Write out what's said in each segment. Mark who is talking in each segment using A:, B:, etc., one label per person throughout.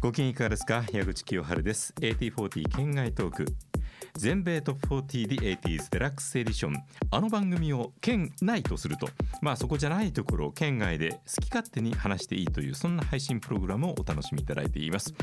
A: ご機嫌いかがですか矢口清春です AT40 県外トーク全米トップ 40The80s デラックスエディションあの番組を県内とするとまあそこじゃないところを県外で好き勝手に話していいというそんな配信プログラムをお楽しみいただいています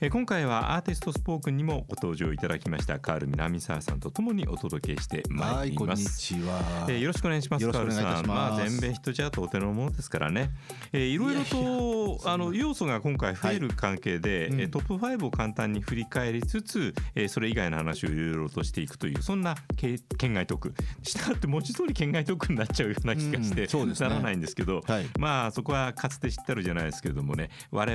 A: えー今回はアーティストスポークンにもご登場いただきましたカール南沢さんとともにお届けしてま
B: はいい、
A: り
B: こん
A: ま
B: に
A: す
B: ちは。
A: えーよろしくお願いします。
B: よろしくお願いいた
A: カール
B: します
A: さんまあ、全米ヒットチャートお手の物ですからね。えーいろいろと
B: いや
A: あの要素が今回増える関係で、
B: うん
A: えートップ5を簡単に振り返りつつ、えーそれ以外の話をいろいろとしていくというそんなけ県外トーク。したがって文字通り県外トークになっちゃうような気がして、
B: うんそうですね
A: ならないんですけど。
B: はい。
A: まあそこはかつて知ったるじゃないですけれどもね我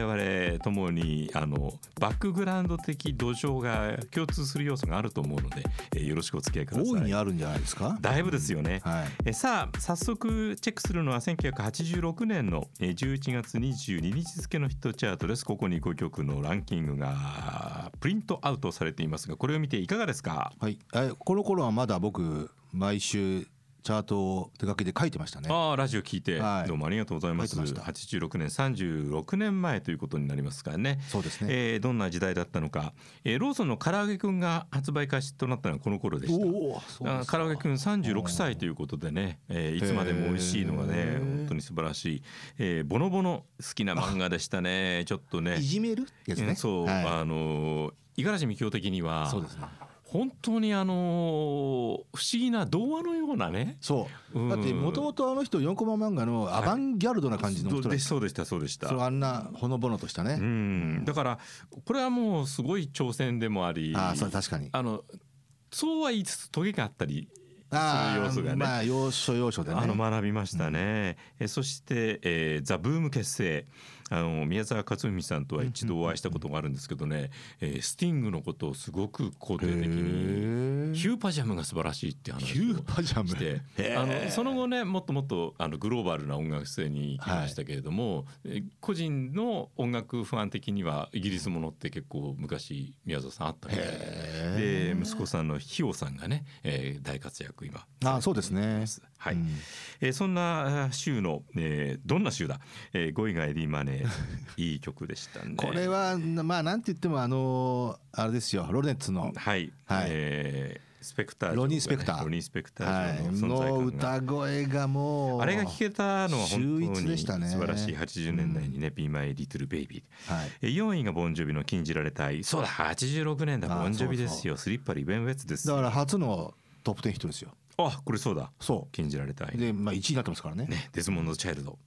A: 々ともにあのバックグラウンド的土壌が共通する要素があると思うので、えーよろしくお付き合いください。
B: 大いにあるんじゃないですか。
A: だいぶですよね、
B: はい。
A: えーさあ早速チェックするのは1986年のえー11月22日付のヒットチャートですここに5曲のランキングがプリントアウトされていますがこれを見ていかがですか、
B: はい。え、この頃はまだ僕毎週チャートを手掛けて書いてましたね。
A: ああラジオ聞いて
B: はい
A: どうもありがとうございます
B: ありがとうございま
A: 86年36年前ということになりますからね
B: そうですね。
A: えーどんな時代だったのか、えーローソンの唐揚げくんが発売開始となったのはこの頃でした
B: おお、そうです
A: 唐揚げくん
B: お
A: 36
B: ー
A: 歳ということでね、えーいつまでも美味しいのが
B: へ
A: ね
B: ー
A: 本当に素晴らしい、えーボノボノ好きな漫画でしたねちょっとね
B: いじめるやつ
A: う
B: ね。
A: んそう、
B: は
A: あのー五十嵐美京的に
B: い。
A: は
B: そうですね。
A: 本当にあのー不思議な童話のようなね
B: そう。
A: うん
B: だって元々あの人四コマ漫画のアバンギャルドな感じの人だ
A: で
B: し
A: そうでしたそうでした
B: た。そうあんなほのぼのとした
A: う
B: ね。
A: んだからこれはもうすごい挑戦でもあり
B: ああ、そう確かに。
A: あのそうは言いつつトゲがあったり
B: あ
A: そういう要素がね
B: ーまあ要所要所でね。
A: あの学びましたね、えそして、えーザ・ブーム結成あの宮沢克文さんとは一度お会いしたことがあるんですけどね、えースティングのことをすごく肯定的に
B: へー
A: ヒューパジャムが素晴らしいって話を
B: ヒューパジャム
A: して
B: へー
A: あのその後ねもっともっとあのグローバルな音楽性に行きましたけれども、えー個人の音楽ファン的にはイギリスものって結構昔宮沢さんあったみたいで。で
B: へ
A: 息子さんのひよさんがね、えー大活躍今
B: ーあーそうですね。
A: はい、
B: うん
A: えーそんなあー週の、えーどんな週だ、えー、5位がエディ・マネー いい曲でしたね
B: これはまあなんて言ってもあのあれですよロレッツの、
A: はい、
B: はい
A: えースペクター城がね、
B: ロニースペクター
A: ロニー・スペクタ
B: は
A: ー
B: い、
A: 城の存在
B: の
A: 感が、
B: 歌声がもう
A: あれが聴けたのは本当
B: 秀逸
A: に
B: で
A: 素
B: したね
A: 晴らしい80年代にね「Be My Little Baby
B: はい」
A: えー4位がボンジョビの「禁じられた愛」そうだ86年だ
B: あー
A: ボンジョビですよスリッパリー・ベン・ウェッツです
B: だ
A: よ
B: から初のトップ10ヒットですよ
A: あこれそうだ
B: そ
A: 禁じられた
B: う
A: 愛、
B: でまあ1位になってますからね
A: ね、デズモンド・チャイルド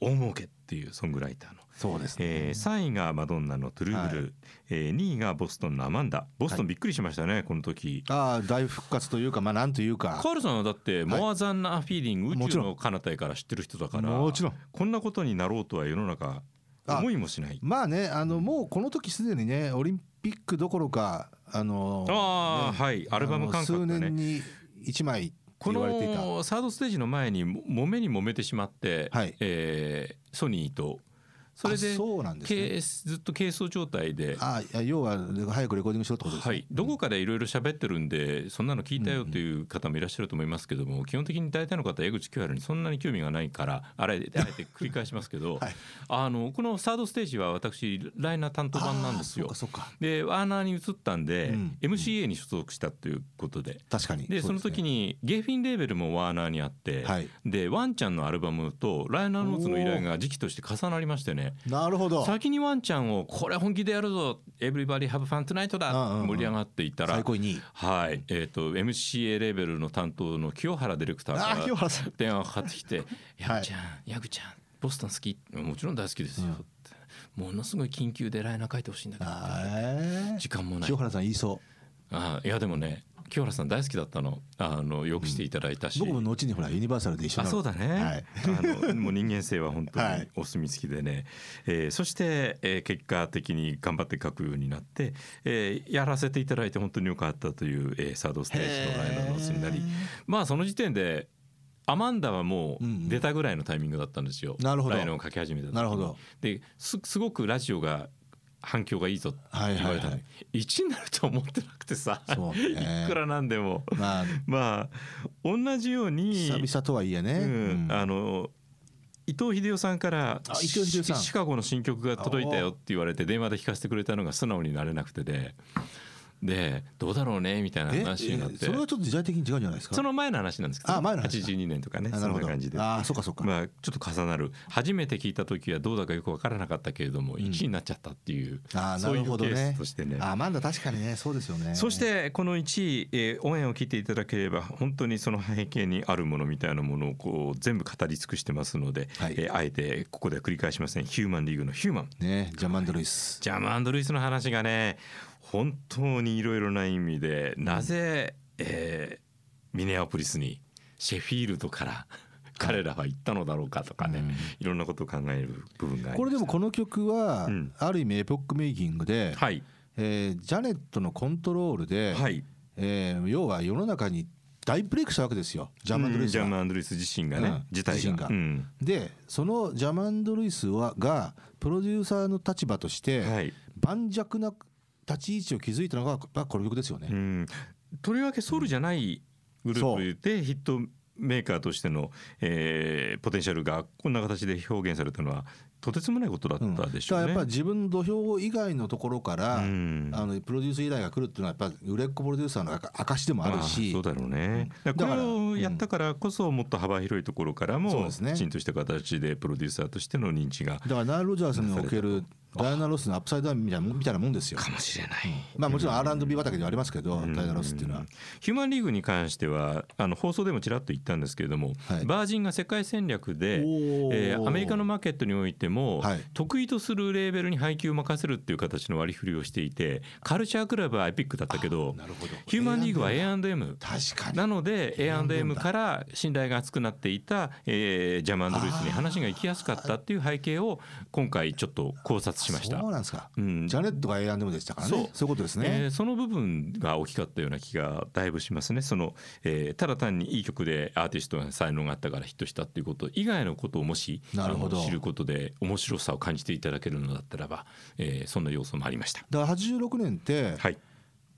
A: 大儲けっていうソングライターの
B: そうですね、
A: えー、3位がマドンナの「トゥルーブルー」えー、2位がボストンの「アマンダ」ボストンびっくりしましたね、この時
B: ああ大復活というかまあなんというか
A: カールさんはだって「
B: はい
A: モア・ザン・ナー・フィーリング」宇
B: も
A: 宙
B: ちろん
A: の彼方へから知ってる人だから
B: もちろん
A: こんなことになろうとは世の中
B: あ
A: 思いもしない
B: まあねあのもうこの時すでにねオリンピックどころかあの
A: ああ、
B: ね
A: はいアルバム感覚
B: あの
A: が
B: 数年
A: ね
B: に1枚って
A: こ
B: 言われていた
A: のサードステージの前にも揉めに揉めてしまって、
B: はい
A: えーソニーとそれで
B: あそうなんですね
A: けいずっと軽装状態で
B: ああ要は早くレコーディングしろってことですね
A: はい、どこかでいろいろ喋ってるんでそんなの聞いたよという方もいらっしゃると思いますけども、基本的に大体の方江口清春にそんなに興味がないからあれあえて繰り返しますけど、
B: はい
A: あのこのサードステージは私ライナー担当版なんですよ
B: あー。そっかそっか
A: でワーナーに移ったんで、
B: うん
A: MCA に所属したということで。
B: 確かに
A: でその
B: うすね
A: 時にゲーフィンレーベルもワーナーにあって、
B: はい
A: でワンちゃんのアルバムとライナーノーツの依頼が時期として重なりましてね
B: なるほど
A: 先にワンちゃんをこれ本気でやるぞエブリバディハブファントナイトだ
B: うんうんうん
A: 盛り上がっていったら
B: 最高位2位
A: はいえっと MCA レーベルの担当の清原ディレクタ
B: ああ
A: ーか
B: 清
A: ら
B: 原さん
A: 電話がかかってき て「ヤグちゃんヤグちゃんボストン好きもちろん大好きですよ」ってものすごい緊急でライナー書いてほしいんだけど
B: え
A: 時間も
B: え
A: ない
B: 清原さん言いそ
A: あいやでもね清原さん大好きだったのあのよくしていただいた
B: う
A: し
B: 僕も後にほらユニバーサルで一緒
A: あ
B: になる
A: そうだね、
B: はい
A: あのもう人間性は本当
B: は
A: に
B: い
A: お墨付きでね、えーそして、えー結果的に頑張って書くようになって、えーやらせていただいて本当に良かったという、えーサードステージのライナーのースになり
B: へー
A: まあその時点でアマンダはも
B: うんう
A: うん出たぐらいのタイミングだったんですよ、
B: なるほど
A: ライナーを書き始めた時
B: なるほど
A: ですすごくラジオが反響がいいぞって言われた
B: はいはいは
A: の
B: い
A: 1になると思ってなくてさ、
B: そう
A: い
B: ね
A: くらなんでも
B: まあ
A: まあ同じように
B: 久々とはいえね
A: うん
B: うん
A: あの伊藤英夫さんから
B: あ伊藤英夫さん
A: シシカゴの新曲が届いたよって言われて電話で聞かせてくれたのが素直になれなくてででどうだろうねみたいな
B: ええ
A: 話になって
B: それはちょっと時代的に違うんじゃないですか
A: その前の話なんですけど
B: あ前の話
A: 82年とかね
B: あ
A: そ
B: な
A: ん
B: るほ
A: な
B: ど
A: 感じで。
B: ああそうかそうか、
A: まあ、ちょっと重なる初めて聞いた時はどうだかよく分からなかったけれども
B: ん
A: 1位になっちゃったっていう、
B: ああな
A: そうい
B: る
A: うケ
B: ほど
A: ー
B: ね
A: スとしてね
B: あまだ確かにねそうですよね
A: そしてこの1位、えー応援を聞いていただければ本当にその背景にあるものみたいなものをこう全部語り尽くしてますので、
B: はい
A: えーあえてここでは繰り返しませんヒューマンリーグのヒューマン
B: ねジャマンドルイス
A: ジャマンド・ルイスの話がね本当にいろいろな意味でなぜ、えーミネアポリスにシェフィールドから彼らは行ったのだろうかとかね、
B: うん
A: いろんなことを考える部分がありました
B: これでもこの曲は、
A: うん
B: ある意味エポックメイキングで、
A: はい
B: えージャネットのコントロールで、
A: はい
B: えー要は世の中に大ブレイクしたわけですよジャマンドルイス
A: ジャ
B: が。
A: マンド・ルイス自身がね、
B: うん
A: 自体
B: 自身が
A: うん
B: でそのジャマンドルイスはがプロデューサーの立場として、
A: はい
B: 盤石な立ち位置を築いたのがまあこの曲ですよね。
A: うん、とりわけソウルじゃないグループでヒットメーカーとしての、えーポテンシャルがこんな形で表現されたのはとてつもないことだ
B: うん
A: ったでしょうね。
B: だからやっぱり自分の土俵以外のところから、
A: うん
B: あのプロデュース依頼が来るっていうのはやっぱり売れっ子プロデューサーの証でもあるし
A: まあそうだろうね、
B: うん
A: だから
B: だから
A: これをやったからこそもっと幅広いところから
B: そう
A: も
B: ですね
A: きちんとした形でプロデューサーとしての認知が
B: だからナイル・ロジャースにおけるダイアナ・ロスのアップサイドダウンみたいなみたいなもんですよ。
A: かもしれない。
B: まあもちろん R&B 畑ではありますけど、ダイアナ・ロスっていうのは。
A: ヒューマンリーグに関してはあの放送でもちらっと言ったんですけれども、
B: はい
A: バージンが世界戦略で、
B: おー
A: えーアメリカのマーケットにおいても、
B: はい
A: 得意とするレーベルに配給を任せるっていう形の割り振りをしていてカルチャークラブはエピックだったけど
B: なるほど
A: ヒューマンリーグは A&M
B: 確かに
A: なので A&M から信頼が厚くなっていた、えージャマンド・ルイスに話が行きやすかったっていう背景を今回ちょっと考察しました
B: そう。なんですか、
A: うん
B: ジャネットが A&M でしたからね
A: そ
B: そうういうことですね、
A: えーその部分が大きかったような気がだいぶしますねその、えーただ単にいい曲でアーティストの才能があったからヒットしたっていうこと以外のことをもし
B: なるほど
A: あの知ることで面白さを感じていただけるのだったらば、えーそんな要素もありました。
B: だから86年って、
A: はい、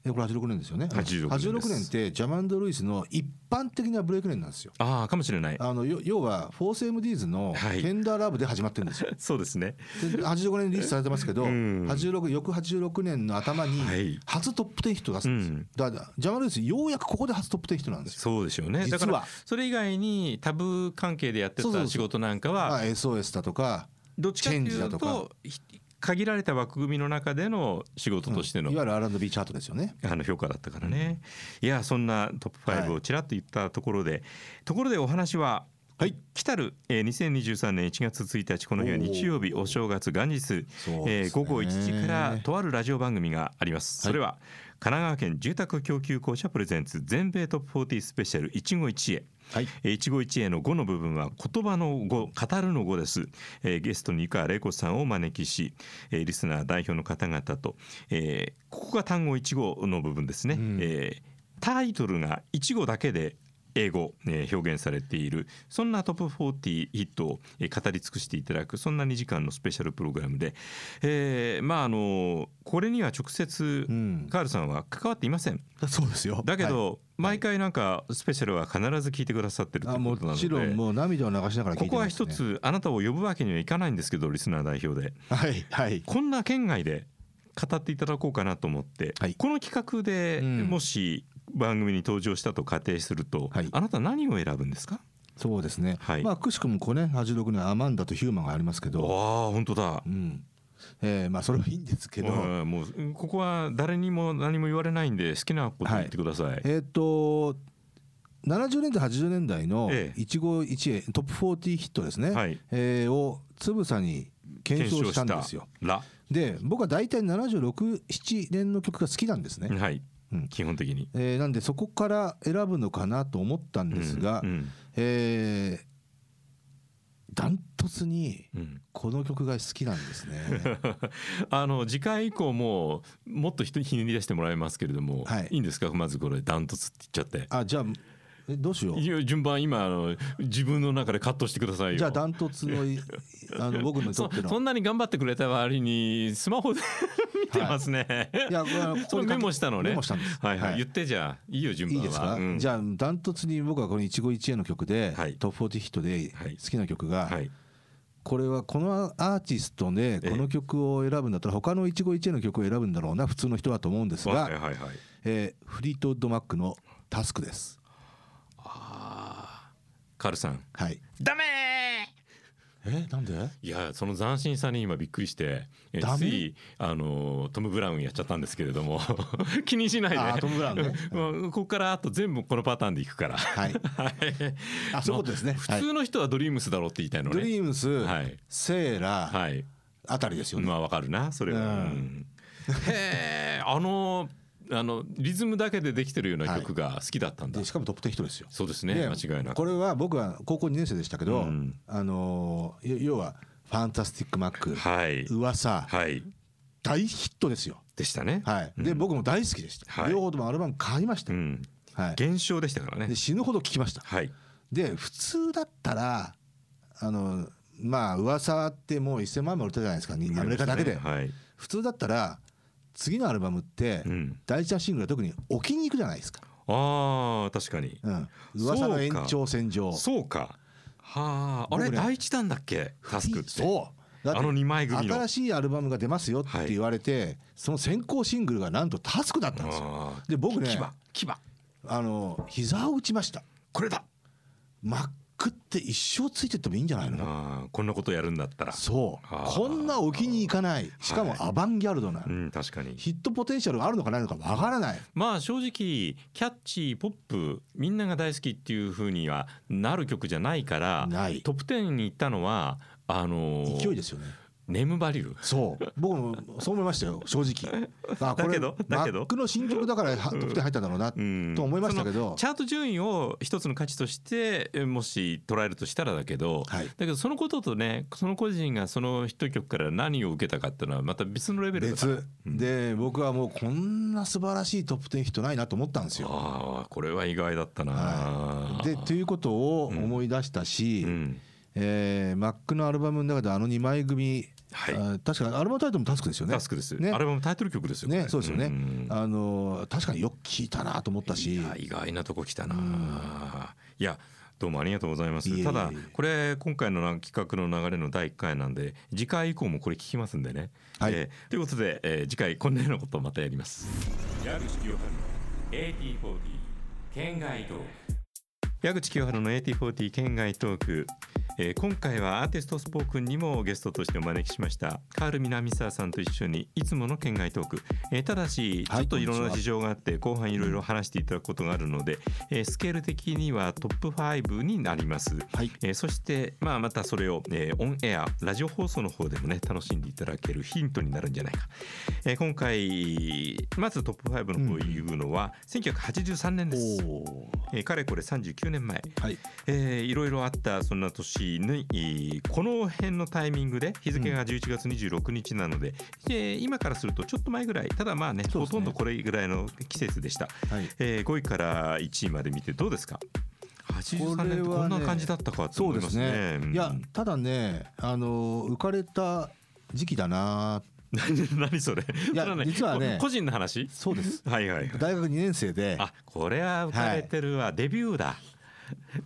B: えこれ86年ですよね
A: 86年です
B: 86年ってジャマンド・ルイスの一般的なブレイク年なんですよ
A: ああかもしれない。
B: あのよ要はフォース MDs の
A: は
B: 「
A: い
B: テンダーラブ」で始まってるんですよ、
A: そうですね。
B: で85年リリースされてますけど、
A: うん
B: 86翌86年の頭に
A: はい
B: 初トップ10ヒット出すんですよ、
A: うん
B: だからジャマンド・ルイスようやくここで初トップ10ヒットなんですよ
A: そうでしょうね。だか
B: 実
A: ら
B: は
A: それ以外にタブー関係でやって
B: そうそうそ
A: た
B: う
A: 仕事なんか
B: ま
A: は
B: あ SOS だとか
A: どっちかって
B: チェンジ
A: い
B: だ
A: う
B: と
A: と
B: か
A: ひ限られた枠組みの中での仕事としての
B: いわゆる R&B チャートですよね
A: あの評価だったからね、いやそんなトップ
B: は
A: 5
B: い
A: をちらっと言ったところで、ところでお話は、
B: はい
A: 来たる、えー、2023年1月1日この日は日曜日お正月元日、
B: そう
A: え
B: で
A: ー
B: す
A: 午
B: ね
A: 後1時からとあるラジオ番組があります、それは神奈川県住宅供給公社プレゼンツ全米トップ40スペシャル一期一会
B: はい
A: えー一期一会の5の部分は言葉の5語るの5です、えーゲストに湯川玲子さんをお招きし、えーリスナー代表の方々と、えーここが単語1号の部分ですね、
B: うん
A: えータイトルが1語だけで英語、えー表現されているそんなトップ40ヒットを、えー語り尽くしていただくそんな2時間のスペシャルプログラムで、えーまああのこれには直接
B: うん
A: カールさんは関わっていません。
B: そうですよ
A: だけど、毎回なんかスペシャルは必ず聞いてくださってるとい
B: あ
A: うこ
B: も
A: となので
B: ちろんもう涙を流しながら聞
A: こ
B: いて
A: こは
B: ます、
A: 一
B: ね、
A: つあなたを呼ぶわけにはいかないんですけどリスナー代表で
B: はいはい
A: こんな県外で語っていただこうかなと思って、
B: はい
A: この企画で
B: うん
A: もし番組に登場したと仮定すると、
B: はい
A: あなた何を選ぶんですか
B: そうですね、
A: はい
B: まあくしくもこうね86年アマンダとヒューマンがありますけ
A: ああ
B: ど
A: 本当だ
B: う、んえーまあそれはいいんですけど、
A: うんもうここは誰にも何も言われないんで好きなこと言ってください、
B: えっ、と70年代80年代の
A: ええ
B: 一期一会トップ40ヒットですね、
A: はい
B: えーをつぶさに検証したんですよ
A: ら、
B: で僕は大体767年の曲が好きなんですね、
A: はい、
B: うん
A: 基本的に
B: えーなんでそこから選ぶのかなと思ったんですが、
A: うんうん
B: えーダントツに
A: うん
B: この曲が好きなんです ね
A: あの次回以降ももっと人にひねり出してもらいますけれども、
B: はい
A: い、いんですかまずこれダントツって言っちゃって
B: あじゃあえどうしよ
A: いうや順番今あの自分の中でカットしてくださいよ
B: じゃあダントツのい あの僕のと
A: そ
B: っての
A: そんなに頑張ってくれた割にスマホで 見てますね、
B: いやこれはこ
A: そ
B: こ
A: の
B: に書
A: メ
B: き
A: モしたのね
B: メモしたんです
A: はいはい、
B: はい
A: 言ってじゃあいいよ順
B: い
A: 番
B: い
A: は
B: ですか、
A: うん
B: じゃあダントツに僕はこの「一期一会」の曲で、
A: はい
B: トップ40ヒットで
A: はい
B: 好きな曲が、
A: はい
B: これはこのアーティストでこの曲を選ぶんだったら他の一期一会の曲を選ぶんだろうな普通の人はと思うんです
A: はい
B: が、
A: はいはい
B: えーフリートウッドマックの「タスク」です。
A: あーカールさん
B: はい、
A: ダメ
B: えなんで
A: ーいやその斬新さに今びっくりしてえ
B: ダメ
A: ついあのトム・ブラウンやっちゃったんですけれども 気にしないで
B: あートムブラウンね
A: うんここからあと全部このパターンでいくから
B: はい
A: はい
B: あそういうことですね。
A: 普
B: はい
A: 通の人はドリームスだろうって言いたいの
B: ド
A: ね
B: リームス、
A: はい
B: セーラ、
A: はい
B: あたりですよね。
A: まあわかるなそれは、
B: う
A: う
B: ん
A: んへえあのあのリズムだけでできてるような曲が好きだったんだ、
B: でしかもトップ10人ですよ。
A: そうですね
B: で
A: 間違いなく
B: これは僕は高校2年生でしたけ
A: う
B: ど、
A: ん
B: あのーい要は「ファンタスティック・マック」
A: はい
B: 噂、
A: はい
B: 大ヒットですよ。
A: でしたね
B: はい、で、
A: うん
B: 僕も大好きでした、
A: はい
B: 両方ともアルバム買いました
A: う
B: よ、
A: ん
B: はい、
A: 現象でしたからね
B: で死ぬほど聴きました
A: はい
B: で普通だったらあのまあ噂ってもう1,000万枚売れたじゃないですかにアメリカだけで、
A: はい
B: 普通だったら次のアルバムって、
A: うん
B: 第一弾シングルは特に置きに行くじゃないですか、
A: あー確かに
B: うん、噂の延長線上
A: そうかはああれ
B: 僕ね
A: 第一弾だっけタスクって
B: そうだって
A: あの二枚組の
B: 新しいアルバムが出ますよって言われて、その先行シングルがなんとタスクだったんですよ
A: あー
B: で僕ね
A: 牙牙
B: あの膝を打ちました
A: これだ
B: マックって一生ついてってもいいんじゃないの
A: あーこんなことやるんだったら
B: そう
A: あー
B: こんな置きに行かないしかもアバンギャルドな、
A: うん確かに
B: ヒットポテンシャルがあるのかないのかわからない
A: まあ正直キャッチーポップみんなが大好きっていうふうにはなる曲じゃないから
B: ない
A: トップ10に行ったのはあのー
B: 勢いですよね
A: ネームバリュー
B: そう僕もそう思いましたよ正 直あ
A: だけどだけど
B: マックの新曲だからはトップ10入ったんだろうな
A: うん
B: と思いましたけ
A: そ
B: ど
A: のチャート順位を一つの価値としてえもし捉えるとしたらだけど、
B: はい
A: だけどそのこととねその個人がその一曲から何を受けたかっていうのはまた別のレベルだから
B: 別で僕はもうこんな素晴らしいトップ10人ないなと思ったんですよ。
A: ああこれは意外だったな、
B: はい、でということを思い出したし、
A: うん
B: えー、マックのアルバムの中であの2枚組、
A: はい
B: あ確かアルバムタイトルもタスクですよね。
A: タスクです、
B: ね
A: アルバムタイトル曲ですよこ
B: ね
A: れ
B: そうですよね、
A: ん
B: あのー確かによく聞いたなと思ったし
A: いや意外なとこ来たな、いやどうもありがとうございます
B: いえいえいえ
A: ただこれ今回のな企画の流れの第1回なんで次回以降もこれ聞きますんでね、
B: はい
A: えーということで、えー次回こんなようなことをまたやります矢口清春の AT40 県外トーク矢口清春の AT40 県外トーク、えー今回はアーティストスポークンにもゲストとしてお招きしましたカール南沢さんと一緒にいつもの県外トーク、えーただしち
B: は
A: ょ
B: い
A: っといろん
B: こ
A: な
B: んにちは
A: 事情があって後半いろいろ話していただくことがあるので、えースケール的にはトップ5になります。
B: はい、
A: えーそして、まあ、またそれを、えーオンエアラジオ放送の方でもね楽しんでいただけるヒントになるんじゃないか、えー今回まずトップ5の方を言うのは、1983年です、
B: おー
A: えーかれこれ39年前、
B: はい
A: えーいろいろあったそんな年にえーこの辺のタイミングで日付が11月26日なので、えー今からするとちょっと前ぐらいただまあねほ
B: そうですね
A: とんどこれぐらいの季節でした、
B: はい、
A: えー5位から1位まで見てどうですか83
B: これ
A: 年
B: は
A: って
B: ね
A: こんな感じだったかと
B: そう
A: 思い
B: で
A: ますすね
B: ね。
A: うん
B: いやただねあのー浮かれた時期だな
A: 何それ
B: いや
A: それ
B: 実はね
A: こ個人の話
B: そうです
A: はいはいはい
B: 大学2年生で
A: あこれは浮かれてるわ、デビューだ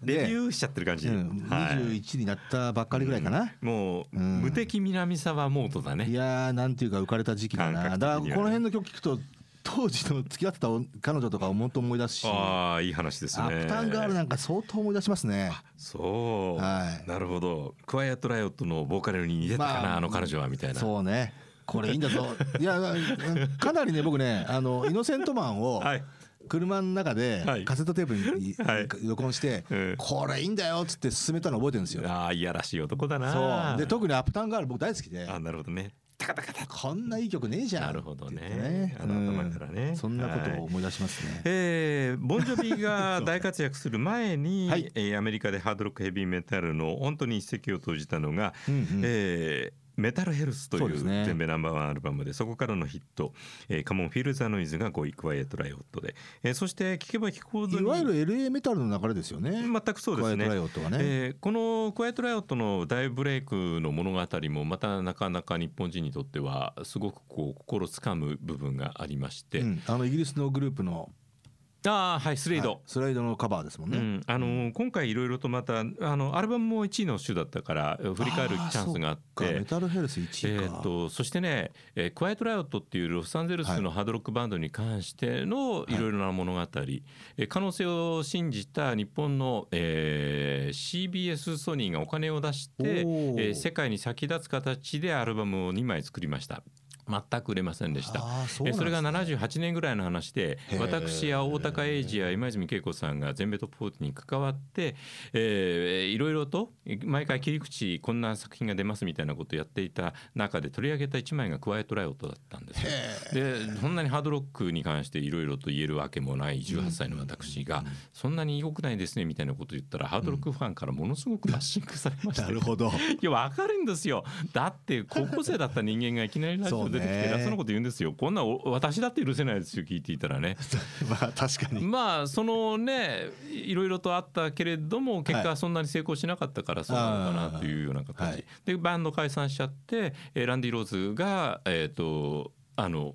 B: で
A: デビューしちゃってる感じ、
B: うん、
A: はい、
B: 21になったばっかりぐらいかな、
A: もう、
B: うん
A: 無敵南沢モードだね
B: いやーなんていうか浮かれた時期だ
A: 感覚
B: な
A: 的に
B: だ
A: は
B: から
A: ね
B: この辺の曲聞くと当時の付き合ってた彼女とかをもっと思い出すしア
A: ああいい話ですね。
B: ップタウンガールなんか相当思い出しますね
A: そう、
B: はい
A: なるほど。クワイエットライオットのボーカルに似てたかな、
B: まあ
A: あ、の彼女はみたいな。
B: そうねこれいいんだぞ いやなかなりね僕ね あのイノセントマンを
A: はい。
B: 車の中で
A: はい
B: カセットテープに
A: はい
B: 録音して
A: うん
B: 「これいいんだよ」っつって進めたの覚えてるんですよ
A: ああいやらしい男だな。
B: そうで特にアップタウンガール僕大好きで
A: あなるほどね。タカタカタ。
B: こんないい曲ねえじゃん
A: なるほどね
B: って言ってね
A: あの頭からね
B: うんそんなことを思い出しますね
A: えー、ボンジョビ が大活躍する前に、
B: はい
A: えーアメリカでハードロックヘビーメタルの本当に一石を投じたのが、
B: うんうん
A: えーメタルヘルスとい
B: そうで
A: う
B: すね
A: 全米ナンバーワンアルバムでそこからのヒット「えーカモンフィルザノイズ」が5位「クワイエットライオットで」えーそして聴けば聴くほど
B: い
A: に
B: わゆる LA メタルの流れですよね。
A: 全くそうです
B: クワイエットライ
A: ね。
B: オットはね。
A: えーこの「クワイエット・ライオット」の大ブレイクの物語もまたなかなか日本人にとってはすごくこう心つかむ部分がありまして、
B: うんあのイギリスのグループの
A: ああはいスレイド、
B: はいスライドのカバーですもん
A: う
B: ね。
A: んあのー今回いろいろとまたあのアルバムも1位の週だったからえ振り返るチャンスがあっ
B: そっか
A: て
B: メタルヘルス1
A: え
B: 位か。
A: ー、とそしてね、えークワイエット・ライオットっていうロサンゼルスのハードロックバンドに関しての
B: い
A: いろいろな物語、えー可能性を信じた日本の、えー CBS ソニーがお金を出して、え
B: おー
A: ー世界に先立つ形でアルバムを2枚作りました全く売れませんでした。
B: あーそう
A: え
B: なん
A: それが
B: ですね
A: 78年ぐらいの話で
B: へー
A: 私や大高英二や今泉恵子さんが全米トップ40に関わって、えーいろいろと毎回切り口こんな作品が出ますみたいなことをやっていた中で取り上げた1枚が「クワイエット・ライオット」だったんですよ。でそんなにハードロックに関していろいろと言えるわけもない18歳の私が「そんなに良くないですね」みたいなことを言ったらハードロックファンからものすごくバッシングされました
B: なる ほど。
A: いや分かるんですよだって高校生だった人間がいきなりラジオ出てきて
B: そうね
A: 偉そうなこと言うんですよこんなお私だって許せないですよ聞いていたらね
B: まあ確かに。
A: まあそのねいろいろとあったけれども結果
B: は
A: はそんなに成功しなかったからそうなのかなというような形、
B: はい
A: でバンド解散しちゃってえーランディ・ローズがえっ、とあの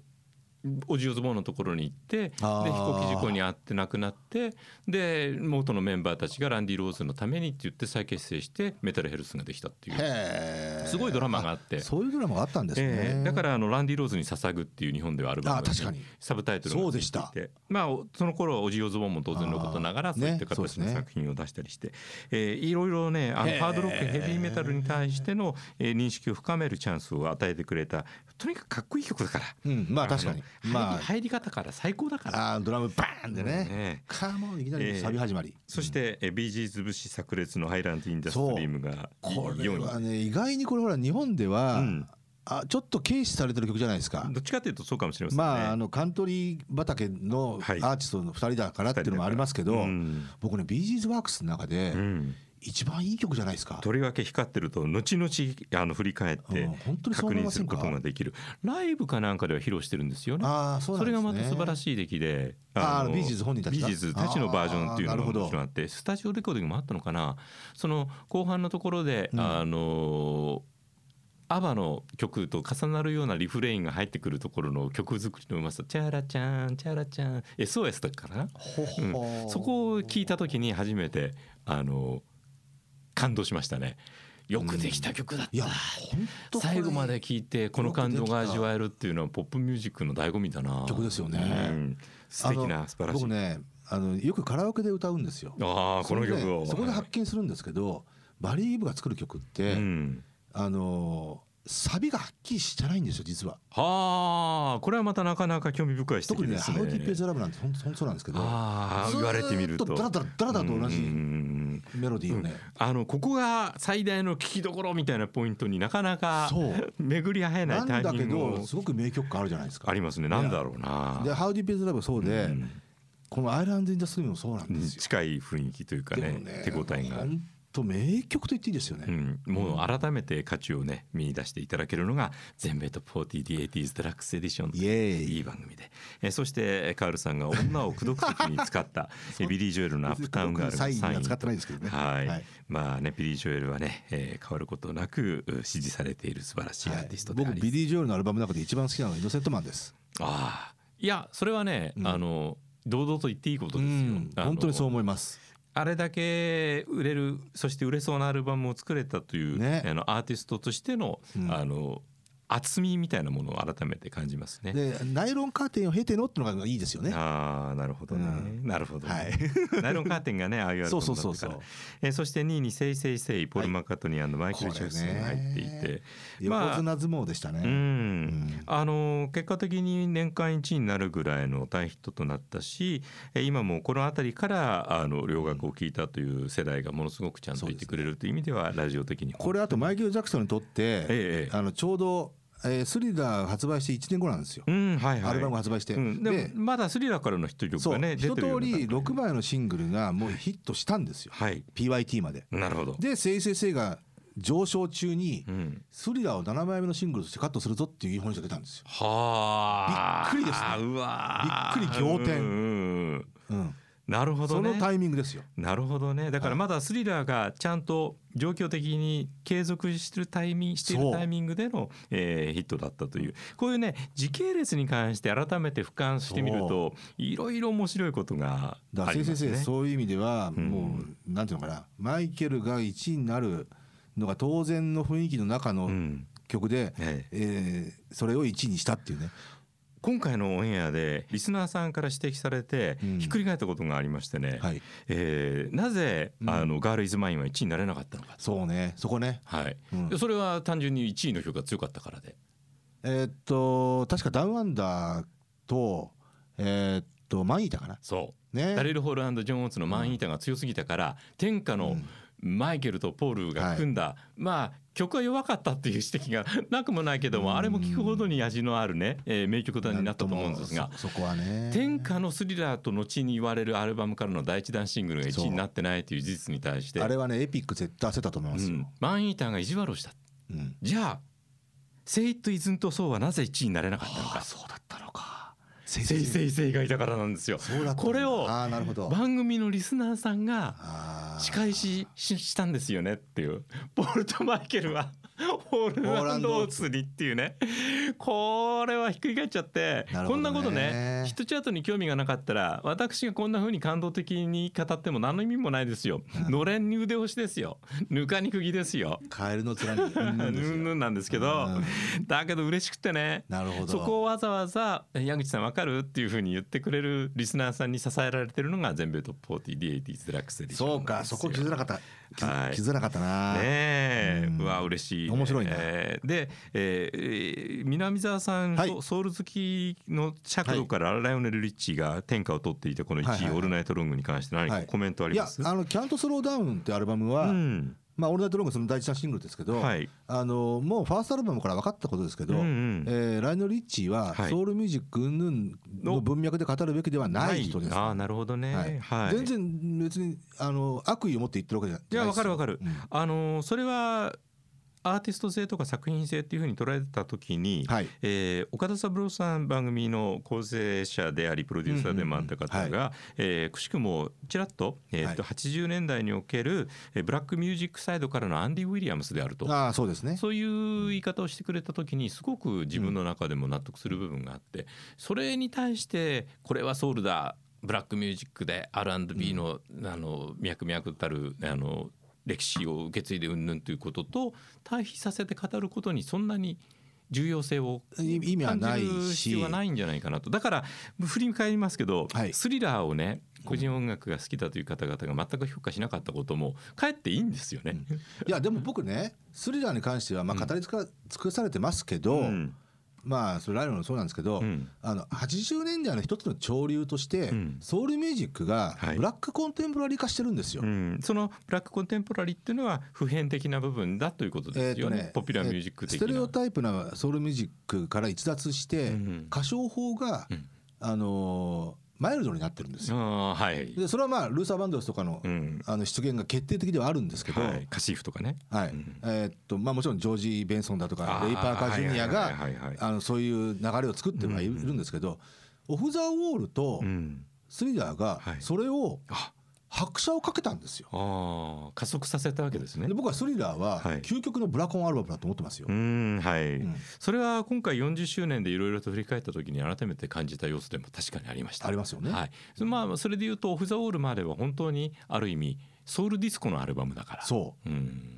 A: オジオズボーンのところに行ってで飛
B: あー
A: 行機事故に遭って亡くなってで元のメンバーたちがランディ・ローズのためにって言って再結成してメタルヘルスができたっていう
B: へえ。
A: すごいドラマがあって。
B: そういうドラマがあったんです
A: え
B: ね。
A: えだからあのランディ・ローズに捧ぐっていう日本ではアルバム
B: あ確かに
A: サブタイトルがついていて
B: そうで
A: まあおその頃はオジオズボンも当然のことながら
B: あー
A: そういった
B: ねそうで
A: 形
B: す
A: の
B: ね
A: 作品を出したりして、えーいろいろねあの
B: へー
A: ハードロックヘビーメタルに対しての、えー認識を深めるチャンスを与えてくれたとにかくかっこいい曲だから
B: うんまあ確かに。
A: の入
B: ま
A: り入り方から最高だか
B: あ
A: ら。
B: あードラムバーンで
A: うん
B: ね。
A: ね
B: カモンいきな
A: え
B: り
A: え
B: サビ始まり。
A: そして、えー、ビージーズ節炸裂のハイランド・インダストリームが
B: これ
A: 4位。
B: はね意外にこれほら日本では、
A: うん
B: あちょっと軽視されてる曲じゃないですか。
A: どっちかというとそうかもしれませんね。
B: まああのカントリー畑のア
A: は
B: ー
A: い
B: ティストの2人だからっていうのもありますけど、
A: うん
B: 僕ね b g s ワークスの中で
A: うん
B: 一番いい曲じゃないですか。
A: とりわけ光ってると後々あの振り返って
B: うん本当にそう
A: 確
B: 思い
A: 認
B: ますせ
A: る
B: ん
A: こ
B: か
A: とができるライブかなんかでは披露してるんですよね
B: ああそう
A: そ
B: な
A: れ
B: んで
A: が
B: すね。
A: また素晴ら
B: い。
A: しい出来で
B: あービージーズ本人たちが
A: ビージーズたちのバージョンっていうの
B: あーなる
A: がも
B: ほど
A: ちろんあってスタジオレコーディングもあったのかなその後半のところで、
B: うん
A: あのアバの曲と重なるようなリフレインが入ってくるところの曲作りのうまさ「チャラチャンチャラチャン」SOS だからな
B: ほほ
A: そこを聞いた時に初めてあの感動しましたね。よくできた曲だった、
B: いや本当
A: 最後まで聴いてこの感動が味わえるっていうのはポップミュージックの醍醐味だな
B: 曲ですよね
A: うん素敵
B: あ
A: な
B: の
A: 素晴らしい、
B: 僕ねあのよくカラオケで歌うんですよ。
A: ああこの曲を
B: そこで発見するんですけど、バリー・イブが作る曲って、
A: うん
B: あのサビがはっきりしてないんですよ実は。
A: はあこれはまたなかなか興味深い指
B: 特
A: 摘
B: に
A: で
B: ね「
A: す
B: ハ
A: ね
B: ウディ・ペーズ・ラブ」なんて本当そうなんですけど
A: ああ
B: ずーっと
A: 言われてみると
B: ダラダラダラダラと同じ
A: うんうんうん
B: メロディーをね、
A: あのここが最大の聞きどころみたいなポイントになかなか
B: そう
A: 巡り合えない
B: な
A: タ
B: ん
A: イ
B: だ
A: ミ
B: け
A: ングを
B: どすごく名曲感あるじゃないですか
A: あ。りますねなんだろうな
B: で「ハウディ・ペーズ・ラブ」そうで、
A: うん
B: この「アイランド・インダストリーム」もそうなんですよ。
A: 近い雰囲気というかね手応えが
B: 本当名曲と言っていいですよね。
A: うん、もう改めて価値をね見出していただけるのが全米トップ 40D80s デラックスエディション
B: イエーイ
A: いい番組でえーそしてカールさんが女を口説く時に使った えービリー・ジョエルのアップタウンガールのサイン
B: サインは使ってないですけどね
A: はい、
B: はい
A: まあねビリー・ジョエルはね、えー変わることなくう支持されている素晴らしいア
B: は
A: ー
B: い
A: ティストであ
B: 僕
A: り、
B: ビリー・ジョエルのアルバムの中で一番好きなのは「イノセントマン」です。
A: ああいやそれはね、
B: うん
A: あの堂々と言っていいことですよ、
B: うん
A: あの
B: 本当にそう思います。
A: あれだけ売れるそして売れそうなアルバムを作れたという、
B: ね
A: あのアーティストとしての,、
B: うん
A: あの厚みみたいなものを改めて感じますね。
B: でナイロンカーテンを経てのってのがいいですよね。
A: ああなるほどね、
B: う
A: なるほど、ね
B: はい
A: ナイロンカーテンがねああいうアルバムだったから
B: そうそうそうそう
A: えーそして2位に「セイセイセイ」ポール・マッカートニーマイケル・ジャクソンが入ってい
B: これ
A: て
B: ね、横綱相撲でしたね。
A: うん
B: ん
A: あの結果的に年間1位になるぐらいの大ヒットとなったしえ今もこの辺りからあの両学を聞いたという世代がものすごくちゃんと言ってくれるという意味ではラジオ的に
B: これあとマイケル・ジャクソンにとって、
A: ええ
B: あのちょうど、えースリラー発売して1年後なんですよ、
A: うんはいはい、
B: アルバムが発売して。
A: うん、でも
B: で
A: まだスリラーからのヒット曲
B: そ
A: が
B: う、
A: ね出
B: 一
A: てるよ
B: 通
A: うな
B: り6枚のシングルがもうヒットしたんですよ、
A: はい、
B: PYT まで。
A: なるほど、
B: で「せいせいせい」が上昇中に、
A: うん、
B: スリラーを7枚目のシングルとしてカットするぞっていう日本書が出たんですよ。
A: はあ
B: びっくりですね
A: うわー
B: びっくり仰天
A: うんうんうん
B: うん
A: なるほど
B: その
A: ね
B: タイミングですよ。
A: なるほどねだからまだスリラーがちゃんと状況的に継続してるタイミングしてい
B: そう
A: るタイミングでの、えーヒットだったというこういうね時系列に関して改めて俯瞰してみるといろいろ面白いことが
B: だ
A: あ
B: から
A: りま
B: 先
A: す
B: 生、
A: ね。
B: そういう意味では
A: うん
B: もう、なんていうのかなマイケルが1位になるのが当然の雰囲気の中
A: う
B: の
A: ん
B: 曲で、
A: ええ
B: えーそれを1位にしたっていうね。
A: 今回のオンエアでリスナーさんから指摘されて
B: うん
A: ひっくり返ったことがありましてね、
B: はい、
A: えーなぜ、
B: うん
A: あのガール・イズ・マインは1位になれなかったのか、
B: そうねそこね、
A: はい
B: うん
A: それは単純に1位の曲が強かったからで、
B: えーっと確かダウンアンダーとえーっとマンイータかな
A: そう
B: ね
A: ダレル・ホールジョン・オーツのマン・イータが強すぎたから天下のマイケルとポールが組んだ、まあ曲は弱かったっていう指摘が なくもないけど
B: うん
A: もあれも聞くほどに味のあるね、えー名曲だになったと思うんですが
B: なんともそそこはね
A: 天下のスリラーと後に言われるアルバムからの第一弾シングルが1位になってないという事実に対して
B: あれはねエピック絶対焦ったと思います
A: う
B: よ
A: ん、マン・イーターが意地悪をした
B: うん
A: じゃあ「セイト・イズント・ソー」はなぜ1位になれなかったの
B: あ
A: か
B: あそうだったのかせ
A: セイセイセイがいたからなんですよ
B: そうだったんだ
A: これを
B: ああなるほど
A: 番組のリスナーさんが
B: あー
A: 仕返しししたんですよねっていうポールとマイケルはホールランドオーツにっていうねこれはひっくり返っちゃって、
B: なるほ
A: こ
B: どね
A: んなことねヒットチャートに興味がなかったら私がこんな風に感動的に語っても何の意味もないですよ
B: うん
A: のれんに腕押しですよぬかに釘ですよ
B: カエルの面にう
A: うん
B: うんですよ
A: んぬんなんですけど
B: うん
A: だけど嬉しくてね
B: なるほど
A: そこをわざわざ「え矢口さんわかる?」っていう風に言ってくれるリスナーさんに支えられてるのが全米トップ 40D80s デラックスエディション
B: そうかそこ気づかなかった気づ
A: はい
B: 気づかなかったな
A: ねえ、
B: うん
A: うわ嬉しいね
B: 面白いね
A: えーで、えーえー南沢さん、
B: はい
A: ソソウル好きの尺度からライオネル・リッチーが天下を取っていたこの1位、
B: はいはいはい
A: オールナイトロング」に関して何
B: は
A: か
B: い
A: コメントあ
B: い
A: りま
B: や
A: す、
B: あのキャントスローダウンってアルバムは、
A: うん
B: まあオールナイトロングその第一弾シングルですけど、
A: はい
B: あのもうファーストアルバムから分かったことですけど、
A: うんうん
B: えーライノリッチーは
A: はい
B: ソウルミュージック云々の文脈で語るべきではない人です。
A: ああなるほどね、
B: はい
A: はい
B: 全然別にあの悪意を持って言ってるわけじゃない
A: いやわかるわかる、
B: うん
A: あのーそれはアーティスト性とか作品性っていうふうに捉えた時に、
B: はい
A: えー岡田三郎さん番組の構成者でありプロデューサーでもあった
B: うんう
A: 方
B: んうん
A: がえーくしくもちらっと,、えーっと80年代におけるえーブラックミュージックサイドからのアンディ・ウィリアムスであると。
B: ああそうですね
A: そういう言い方をしてくれた時にすごく自分の中でも納得する部分があってそれに対してこれはソウルだブラックミュージックで R&B の,、あの脈々たるあの歴史を受け継いでうんぬんということと対比させて語ることにそんなに重要性を
B: い意味は
A: 感
B: ない
A: じ
B: し
A: る必要はないんじゃないかなとだから振り返りますけど、
B: はい
A: スリラーをね個人音楽が好きだという方々が全く評価しなかったこともかえっていいんですよね。
B: いやでも僕ねスリラーに関してはまあ語りつか、尽くされてますけど、
A: うん
B: まあそれライノもそうなんですけど、
A: うん
B: あの80年代の一つの潮流として、
A: うん
B: ソウルミュージックが
A: はい
B: ブラックコンテンポラリー化してるんですよ。
A: うん、そのブラックコンテンポラリーっていうのは普遍的な部分だということですよね,、ポピュラーミュージック的
B: ステレ
A: な
B: オ。タイプなソウルミュージックから逸脱して、
A: うん
B: 歌唱法が、
A: うん
B: あのーマイルドになってるんですよ。
A: あーはい、
B: でそれはまあルーサー・バンドルスとかの,、
A: うん
B: あの出現が決定的ではあるんですけど、
A: はい、カシーフとかね。
B: はい
A: うん
B: えーっとまあ、もちろんジョージ・ベンソンだとか
A: あー
B: レイ・パーカー・ジュニア
A: はい
B: が
A: はいはいはい
B: あのそういう流れを作ってはいるんですけど、オフ・ザ・ウォールと
A: うん、
B: スリラーが
A: はい
B: それを
A: あ
B: 拍車をかけたんですよ。
A: あー加速させたわけですね
B: で。僕はスリラーは
A: はい
B: 究極のブラコンアルバムだと思ってますよ。
A: うんはい、
B: ん
A: それは今回40周年でいろいろと振り返った時に改めて感じた要素でも確かにありました。
B: ありますよね
A: はいそまあ、それでいうと「オフ・ザ・オール」までは本当にある意味ソウルディスコのアルバムだから。、
B: そう
A: ん、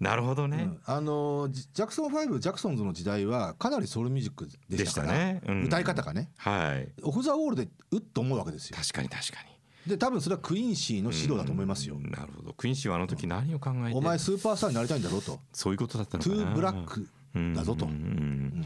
A: なるほど
B: う、
A: ね。
B: うんあのジジャクソン5ジャクソンズの時代はかなりソウルミュージックでしたから
A: でしたねうん
B: 歌い方がね
A: はい
B: オフ・ザ・ウォールでうっと思うわけですよ。
A: 確かに確かに。
B: で多分それはクイーンシーの指導だと思いますよ。
A: うんなるほど。クインシーはあの時何を考えて、
B: お前スーパースターになりたいんだろうと。
A: そういうことだったの
B: ト
A: かな。
B: ゥーブラックだぞと
A: うんうんう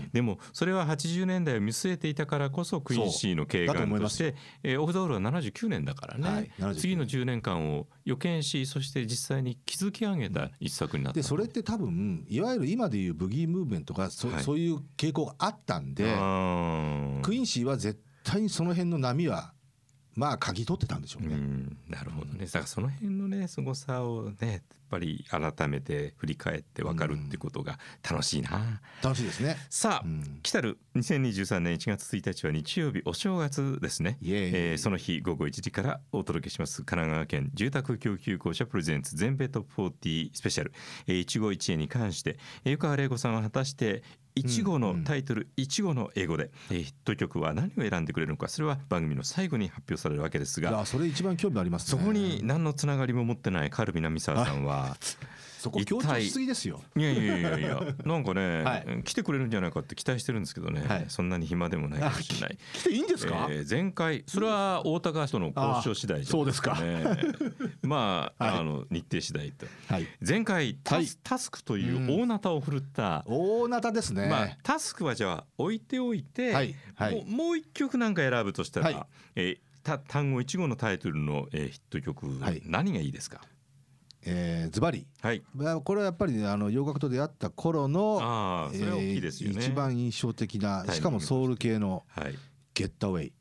A: んでもそれは80年代を見据えていたからこそクインシーの経営
B: だと思い
A: と
B: ま
A: し
B: すよ
A: て、えーオフ・ザ・オールは79年だからね、
B: はい79
A: 次の10年間を予見しそして実際に築き上げた一作になった
B: でそれって多分いわゆる今でいうブギームーブメントがそ,、
A: はいう
B: いう傾向があったんで
A: あー
B: クイーンシーは絶対にその辺の波はまあ鍵取ってたんでしょう
A: う
B: ね、
A: ん、なるほどね。だからその辺のね、凄さをね、やっぱり改めて振り返ってわかるってことが楽しいな。
B: 楽しいですね、
A: さあ、
B: うん、
A: 来たる2023年1月1日は日曜日お正月ですね。
B: イエーイ、
A: えーその日午後1時からお届けします神奈川県住宅供給公社プレゼンツ全米トップ40スペシャル、えー、一期一会に関してえー湯川玲子さんは果たして一号のタイトル、一号の英語で、えーヒット曲は何を選んでくれるのかそれは番組の最後に発表されるわけです
B: い
A: が
B: やそれ一番興味あります、ね、
A: そこに何のつながりも持ってないカルビ南沢さんは
B: そこ強調しすぎですよ
A: いやいやいやいやなんかね、
B: はい
A: 来てくれるんじゃないかって期待してるんですけどね、
B: はい
A: そんなに暇でもないかもしれない。
B: 来ていいんですか、
A: えー前回それは太田がその交渉次第じゃないね まあ,、
B: はい
A: あの日程次第と
B: はい
A: 前回タス,、タスクという
B: う
A: 大なたを振るった、
B: 大なたですね、
A: まあ、タスクはじゃあ置いておいて、
B: はいはい
A: もうもう一曲なんか選ぶとしたら、
B: はい
A: えーた単語一語のタイトルの、えーヒット曲、
B: はい
A: 何がいいですか
B: えーズバリ
A: はい
B: まあこれはやっぱりねあの洋楽と出会った頃の
A: ああそれは大きいですよね、
B: えー一番印象的
A: タイミ
B: な
A: ング
B: しかもソウル系の
A: はい
B: 「ゲッタウェイ」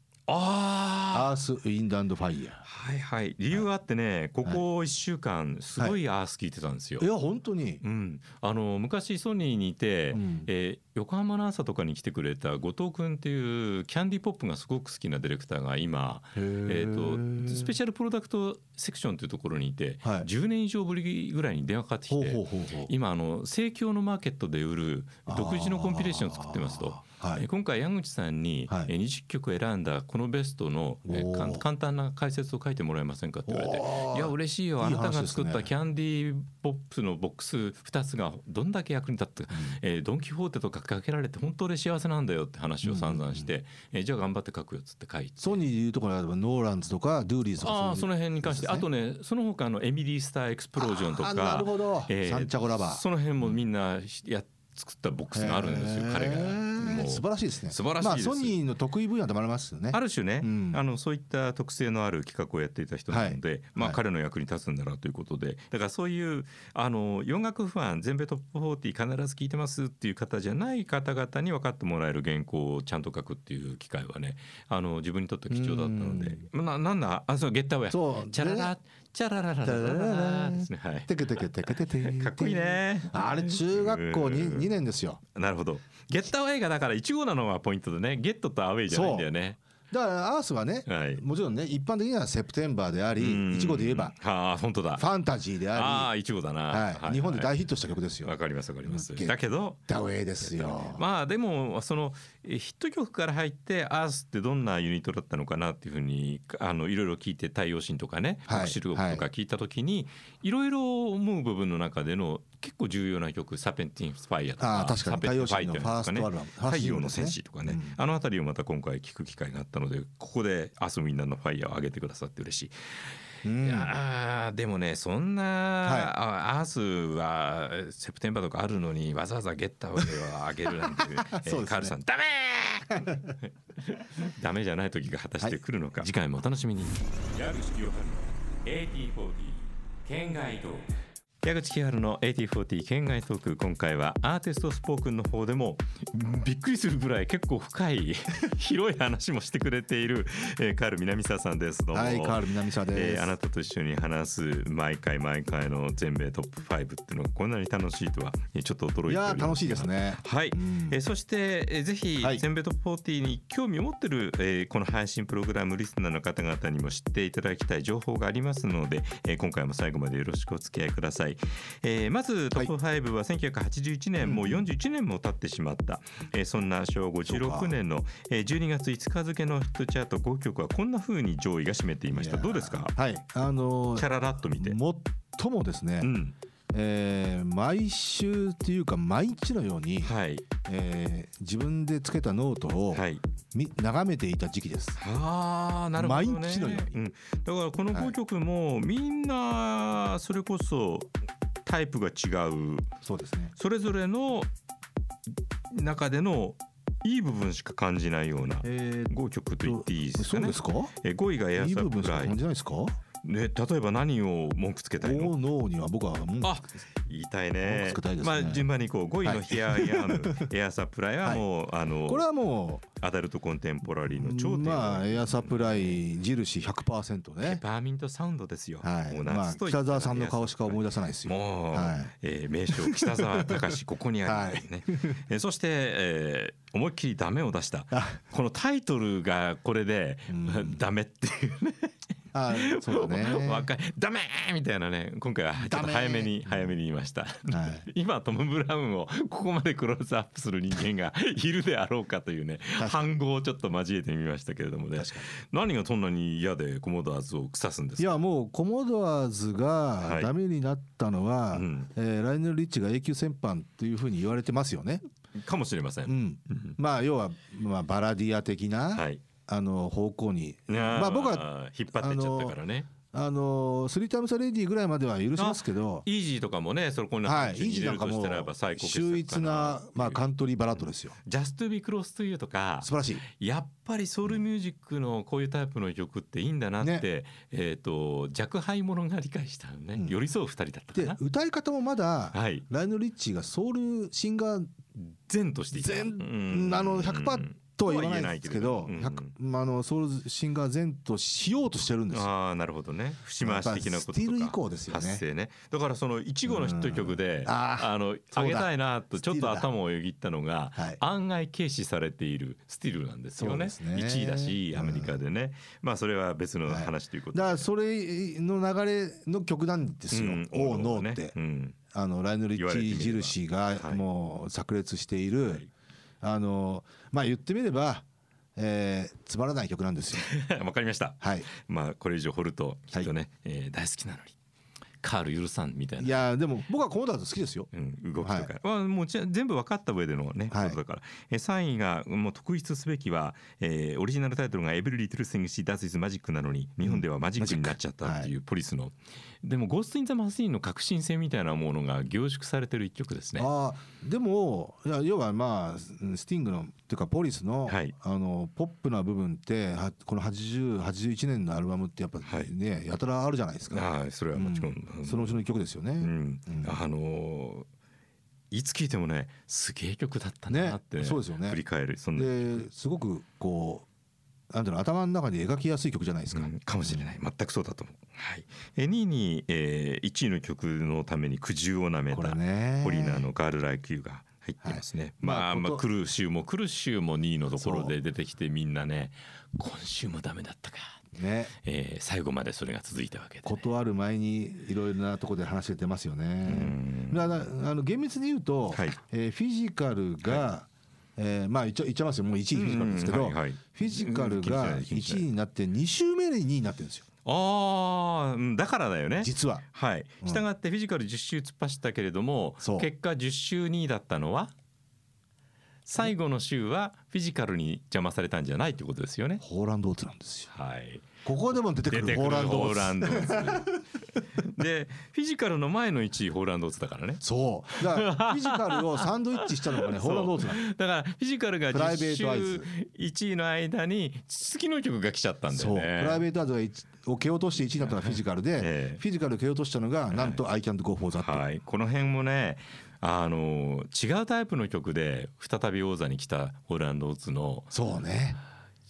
B: 「
A: ああ
B: アース・ウィンド・アンド・ファイヤ
A: はいはい理由があってねここ一週間すごいアース聞いてたんですよ
B: ー」い、や本当に、
A: うん、あの昔ソニーにいて、
B: うん
A: えー横浜の朝とかに来てくれた後藤君っていうキャンディーポップがすごく好きなディレクターが今、えー、とスペ
B: シ
A: シャルプロダクトセクションというところにいて、
B: はい
A: 10年以上ぶりぐらいに電話かかってきて
B: ほうほうほうほう
A: 今あの盛況のマーケットで売る独自のコンピレーションを作ってますと。
B: あーは
A: えー
B: い、
A: 今回矢口さんに
B: はい
A: えー20曲選んだこのベストのえー
B: おー
A: かん簡単な解説を書いてもらえませんかって言われて
B: おー
A: いや嬉しいよ
B: い
A: あ
B: い話
A: なたが作っ
B: です
A: た
B: ね
A: キャンディーポップスのボックス2つがどんだけ役に立ったか、えードン・キホーテとかかけられて本当俺幸せなんだよって話を散々して、えーじゃあ頑張って書くよっつって書いて。
B: ソニーでいうところであればノーランズとかドゥーリーズとか
A: ああ
B: ういう
A: その辺に関して、
B: ですね
A: あとねその他のエミリー・スター・エクスプロージョンと
B: あーな
A: か
B: るほど、
A: えー
B: サンチャゴラバー
A: その辺もみんなや作ったボックスがあるんですよ、彼が。
B: へー
A: もう
B: 素晴らしいですね
A: 素晴らしいです
B: まあ、ソニーの得意分野でもありますよね
A: ある種ね、
B: うん
A: あのそういった特性のある企画をやっていた人なので、まあ、
B: はい
A: 彼の役に立つんだなということで、だからそういうあの洋楽ファン全米トップ40必ず聞いてますっていう方じゃない方々に分かってもらえる原稿をちゃんと書くっていう機会はねあの自分にとって貴重だったのでななんだあそうゲッタウェイ
B: そう
A: チャララチャラララララララですねはい
B: テケテケテケテケ
A: かっこいいね
B: あれ中学校に
A: うん
B: 2年ですよ
A: なるほどゲッタウェイがだから1号なのがポイントでねゲットとアウェイじゃないんだよね
B: だからアースはね
A: はい
B: もちろんね一般的にはセプテンバーであ
A: うん
B: りいちごで言えば
A: ああ本当だ
B: ファンタジーで
A: あ
B: あ
A: あいちごだな、
B: り、はい、日本で大ヒットした曲ですよ
A: わかりますわかります
B: うんゲッ
A: だけど
B: ダウェイですよ
A: まあでもそのえヒット曲から入ってアースってどんなユニットだったのかなっていうふうにあのいろいろ聞いて「太陽神」とかね「
B: はい
A: シルゴとか聞いた時に、いろいろ思う部分の中での結構重要な曲「サペンティン・スパイア」と
B: あ
A: か
B: あ
A: 「
B: 確かに
A: サペンテ
B: 太
A: ィ
B: 陽
A: ン・ファイ
B: 神
A: ト
B: のフ
A: と
B: ァー
A: か
B: ス
A: ね
B: トアルバムファ
A: 太
B: ーストシング
A: 陽
B: ル
A: の
B: ですね
A: 戦士とかね、
B: うん
A: あの辺りをまた今回聞く機会があったのでここで「アース・ウィンダーのファイア」を上げてくださって嬉しい
B: うん
A: いやーでもねそんな、あアースはセプテンバーとかあるのにわざわざゲッターウェイをあげる なんて、え
B: そう
A: ー
B: ですね
A: カールさんダメー ダメじゃない時が果たして来るのか、次回もお楽しみに矢口清春の AT40 県外トーク矢口清春の AT40 県外トーク今回はアーティストスポークンの方でもうんびっくりするぐらい結構深い 広い話もしてくれている、えー、カール南沢さんですどうも、
B: はいカール南沢
A: え
B: です、
A: ーあなたと一緒に話す毎回毎回の全米トップ5っていうのがこんなに楽しいとはえーちょっと驚いてお
B: い
A: りま
B: や
A: す
B: ー楽しいですね
A: はい、
B: ん
A: えーそして、えーぜひ
B: はい
A: 全米トップ40に興味を持ってる、えーこの配信プログラムリスナーの方々にも知っていただきたい情報がありますので、えー今回も最後までよろしくお付き合いください、えーまずトップ5は1981年、もう41年も経ってしまった、えーそんな昭和56年の、えー12月5日付のヒットチャート5曲はこんな風に上位が占めていましたどうですか
B: はいあのー
A: チャララっと見て。
B: 最もですね、
A: うん、
B: えー毎週っていうか毎日のように、
A: はい、
B: えー自分でつけたノートを
A: はい。
B: み、眺めていた時期です。
A: ああ、なるほどね。
B: 毎日のよう
A: うん、だからこの
B: はい
A: 5曲もみんなそれこそタイプが違う、
B: そうですね。
A: それぞれの中でのいい部分しか感じないような
B: えー
A: 5曲と言っていいです
B: そ
A: か
B: う
A: ね
B: です。か？
A: え5位がエア
B: いい
A: サ
B: 部
A: プ
B: 分し
A: ラ
B: か
A: イ
B: 感じないですか？
A: ね、例えば何を文句つけたいの
B: おのには僕はもう
A: あ言いたい
B: 文句
A: ね
B: つけたいです
A: ま
B: ね
A: あ、順番にこう5位の
B: はい
A: ヒアヤム、エアサプライはもう、あの
B: これはも
A: アダルトコンテンポラリーの頂
B: う
A: 点
B: まあエアサプラ
A: イ
B: イ印100%
A: ペ
B: ね
A: パーミントサウンドですよ、
B: はい
A: もう
B: まあ
A: 夏といった
B: 北
A: ら
B: 沢さんの顔しか思い
A: エアサプライ
B: 出さないですよ
A: もう、
B: はい
A: えー名称北沢 隆ここにありますね、えーそして、えー思いっきりダメを出した
B: あ
A: このタイトルがこれで、
B: うん
A: ダメっていう
B: あそうだ ね
A: 若いダメーみたいなね今回はちょっと
B: ダメー
A: 早めに早めに言いました、
B: は
A: 今トム・ブラウンをここまでクローズアップする人間がいるであろうかというね
B: 確か
A: 反語をちょっと交えてみましたけれどもね
B: 確かに
A: 何がそんなに嫌でコモドアーズを腐すんで
B: い
A: すか
B: やもうコモドアーズが
A: はい
B: ダメになったのは、
A: うん
B: えーライオネル・リッチが永久戦犯というふうに言われてますよね。
A: かもしれません、
B: うん、
A: うん
B: まあ要は、まあ、バラディア的な、
A: はい
B: あの方向に
A: ま
B: まあ僕は
A: 引っ張ってっちゃったからね
B: あのスリータイムサレディぐらいまでは許しますけど、
A: イージーとかもねそれこんな
B: はい、イ
A: に
B: ー
A: 入
B: ジー
A: れ
B: なん
A: る
B: か
A: とし
B: も
A: たらば最高傑作
B: 秀逸な
A: か、
B: まあ、カ
A: な
B: ントリーバラードですよ。
A: ジャストビクロスというとか
B: 素晴らしい。
A: やっぱりソウルミュージックのこういうタイプの曲っていいんだなって、えっ、と若輩者が理解したのね、
B: うん
A: 寄り添う二人だったか
B: で
A: な。
B: 歌い方もまだ、
A: はい、
B: ライオネル・リッチがソウルシンガー
A: 善としていた。
B: 善
A: うん
B: あの100%とは言わないですけど
A: とは言えないけれど
B: 100まああのソウルシンガー全としようとしてるんですよ。
A: ああなるほどね節回し的なこととか
B: やっぱスティール以降ですよね
A: 発声ねだからその一号のヒット曲で
B: うんあー
A: あの
B: だ
A: 上げたいなと
B: ス
A: ち
B: ティ
A: ょ
B: ー
A: っ
B: ルだ
A: と頭をよぎったのが
B: はい
A: 案外軽視されているスティールなんですよね
B: そうですね
A: 1位だし
B: うん
A: アメリカでねまあそれは別の話ということ
B: だからそれの流れの曲なんですよ
A: うん
B: 「おうノ
A: ね
B: ー」って
A: うん
B: あのライノリ
A: 言われてみれ
B: ッ
A: ば
B: チ印が
A: はい
B: もう炸裂している、
A: はい
B: あのまあ言ってみれば、えーつまらない曲なん ですよ。
A: わかりました。
B: はい、
A: まあこれ以上掘るときっとね、えー大好きなのにカール許さんみたい
B: い
A: な。
B: やでも僕はコモダーズ好きですよ。
A: うん、動きとか、まあ、もうじゃ全部分かった上でのね、
B: はい
A: ことだから、えー、3位がもう特筆すべきは、えーオリジナルタイトルが「エブリリトル・スイング・シー・ダス・イズ・マジック」なのに日本ではマジックになっちゃったっていうポリスの、でも「ゴースト・イン・ザ・マシーン」の革新性みたいなものが凝縮されてる一曲ですね。
B: あーでもいや要はまあうんスティングのっていうかポリスの,、
A: はい
B: あのポップな部分ってはこの8081年のアルバムってやっぱ
A: はい
B: ね、やたらあるじゃないですか、
A: ああそれはもちろん、
B: うんそのうちの一曲ですよね。
A: うん
B: うん
A: あのーいつ聴いてもねすげえ曲だったなって、
B: ねそうですよね
A: 振り返るそんな
B: ですごくこうなんていうの頭の中で描きやすい曲じゃないですか。
A: うんかもしれない全くそうだと思う、はい、え2位に、えー、1位の曲のために苦渋をなめ
B: これ
A: た、
B: ね
A: ポリーナの「ガール・ライク・ユー」が入ってますね、
B: まあ
A: まあ、まあ
B: こと
A: クルーシュもクルーシュも2位のところ
B: そ
A: で
B: う
A: 出てきてみんなね今週もダメだったか、
B: ね
A: えー最後までそれが続いたわけで、ね、
B: 断る前にいろいろなところで話が出ますよね。
A: ん
B: だからあの厳密に言うと、
A: はい
B: えーフィジカルが、えーまあ一応言っちゃいますよもう1位フィジカルですけど、
A: うんはいはい
B: フィジカルが
A: うん気にしない気にしな
B: 1
A: い
B: 位になって2週目で2位になってるんですよ
A: ああうんだからだよね
B: 実は。
A: はい、
B: うん
A: したがってフィジカル10周突っ走ったけれども
B: そう
A: 結果10周2位だったのは最後の週はフィジカルに邪魔されたんじゃないってことですよね。
B: ホーランドオーツなんですよ。
A: はい、
B: ここでも出てく
A: 出て
B: る
A: く
B: ホ
A: る
B: ーランド
A: ホー
B: オー
A: ラ
B: ツ。
A: ンドオーツでフィジカルの前の1位ホーランドオーツだからね
B: そう。だからフィジカルをサンドイッチした のがね、ホーランドオーツなんです。
A: だからフィジカルが
B: プライベ
A: 10
B: ートアイズ
A: 週1位の間に次の曲が来ちゃったんだ
B: そ
A: よ
B: う。プ
A: ね。
B: ライベートアートが一を蹴落として1位になったのがフィジカルで、
A: ええ
B: フィジカルを蹴落としたのが、なんと I can't go for that。
A: はい、この辺もねあの違うタイプの曲で再び王座に来たホーランドオーツの
B: そうね。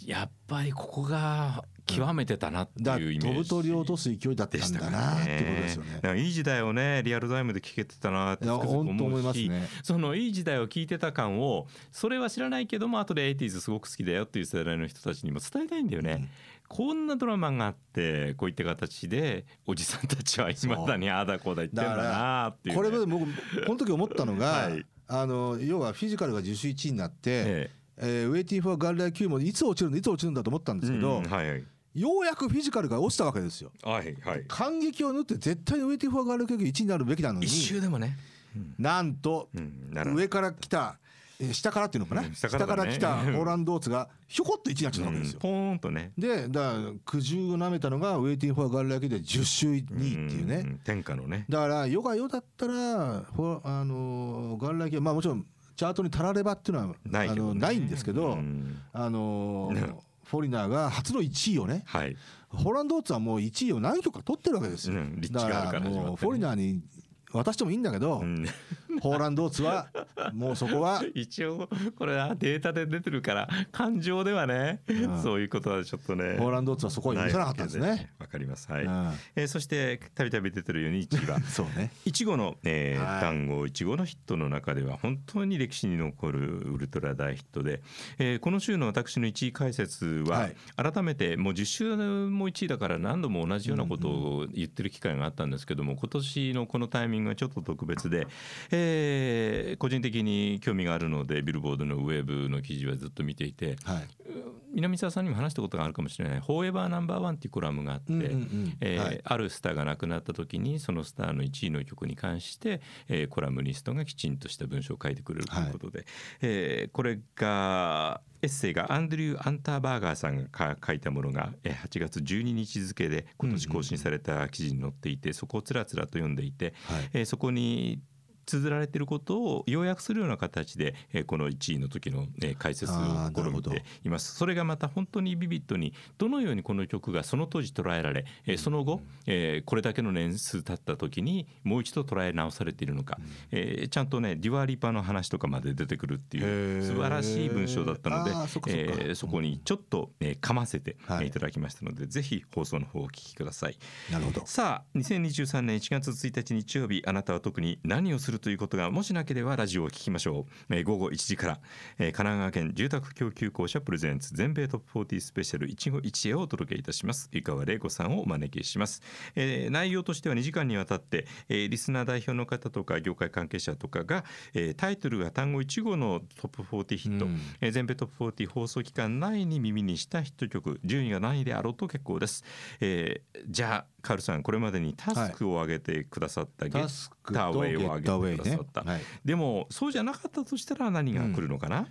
A: やっぱりここが極めてたなって
B: だ
A: いうイメージ、
B: 飛ぶ鳥を落とす勢いだった
A: でし
B: ん
A: た
B: だ
A: か
B: な
A: ら
B: っ
A: ね
B: ていうことですよね
A: だか。らいい時代をねリアルタイムで聴けてたなって
B: いや
A: つくづく
B: 本当思い
A: 思う
B: ます
A: し
B: ね。
A: そのいい時代を聞いてた感をそれは知らないけども後で 80s すごく好きだよっていう世代の人たちにも伝えたいんだよね、こんなドラマがあってこういった形でおじさんたちはいまだにああだこうだ言ってんだなっていうね、
B: これまで僕この時思ったのが、
A: はい
B: あの要はフィジカルが10周1位になって、
A: え
B: えーウェイティング・フォー・ガールダー Q もいつ落ちるんだいつ落ちるんだと思ったん
A: え
B: ですけど、
A: うんはいはい
B: ようやくフィジカルが落ちたわけですよ。
A: はいはい
B: 感激を縫って絶対にウェイティング・フォー・ガールダー Q が1位になるべきなのに
A: 一周でもね、
B: なんと、
A: うん、なら
B: 上から来たえー下からっていうのかな、
A: うん下
B: 下
A: から
B: か
A: だ
B: ら
A: ね
B: 来たホーランドーツがひょこっと1位になっちゃったわけですよ。
A: ポーンとね
B: でだから苦渋をなめたのがウェイティング・フォー・ガールダー Q で10周2位っていうね。
A: ん天下のね
B: だから世が世だったらほあの元来はまあもちろんチャートにたらればっていうのは
A: ない
B: あ
A: けど
B: の
A: ね
B: ないんですけど、
A: うん
B: あの
A: ね
B: フフォリナーが初の1位をね
A: はい、
B: ホーランドーツはもう1位を何曲か取ってるわけですよ、
A: うん立
B: だ
A: 地がある
B: か
A: からら始まってね
B: もうフォリナーに渡してもいいんだけど、
A: うん、
B: ホーランドーツはもうそこは
A: 一応これはデータで出てるから感情ではね、
B: うん
A: そういうことはちょっとね
B: ホーランドーツはそこは許さなかったんです
A: ないわけ
B: ね。
A: わかりますはい、
B: うん
A: えーそしてたびたび出てるように1位は
B: そうね。
A: いちごの、えー
B: はい
A: 単語いちごのヒットの中では本当に歴史に残るウルトラ大ヒットで、えーこの週の私の1位解説は、
B: はい
A: 改めてもう10週も1位だから何度も同じようなことを言ってる機会があったんですけども今年のこのタイミングがちょっと特別で、えー個人的に興味があるのでビルボードのウェブの記事はずっと見ていて
B: はい。
A: 南沢さんにも話したことがあるかもしれない「フォーエバーナンバーワン」っていうコラムがあって。
B: ん
A: えー
B: はい
A: あるスターが亡くなった時にそのスターの1位の曲に関して、えーコラムニストがきちんとした文章を書いてくれるということで、えーこれがエッセイがアンドリュー・アンターバーガーさんがか書いたものが、えー8月12日付で今年更新された記事に載っていて、そこをつらつらと読んでいて、
B: はい。
A: えーそこに綴られていることを要約するような形で、えーこの1位の時の、えー解説を
B: あーな
A: 試
B: るほ
A: み
B: ど
A: ていますそれがまた本当にビビッドにどのようにこの曲がその当時捉えられ、えーその後、えーこれだけの年数経った時にもう一度捉え直されているのか、えーちゃんとねデュアリパの話とかまで出てくるってい
B: へ
A: う
B: ー
A: 素晴らしい文章だったので
B: あーそっかそっ
A: え
B: か
A: ーそこにちょっと、えー噛ませて、えー
B: はい
A: いただきましたのでぜひ放送の方をお聞きください。
B: なるほど。
A: さあ2023年1月1日日曜日あなたは特に何をするということがもしなければラジオを聞きましょう、えー午後1時から、えー神奈川県住宅供給公社プレゼンツ全米トップ40スペシャル一期一会をお届けいたします井川玲子さんをお招きします、えー内容としては2時間にわたって、えーリスナー代表の方とか業界関係者とかが、えータイトルが単語1号のトップ40ヒット、
B: うん
A: えー全米トップ40放送期間内に耳にしたヒット曲順位が何位であろうと結構です、えーじゃあカールさんこれまでにタスクを上げてくださった、ゲ
B: タ
A: ッ
B: スクとゲッターウェイね。はい。
A: でもそうじゃなかったとしたら何が来るのかな、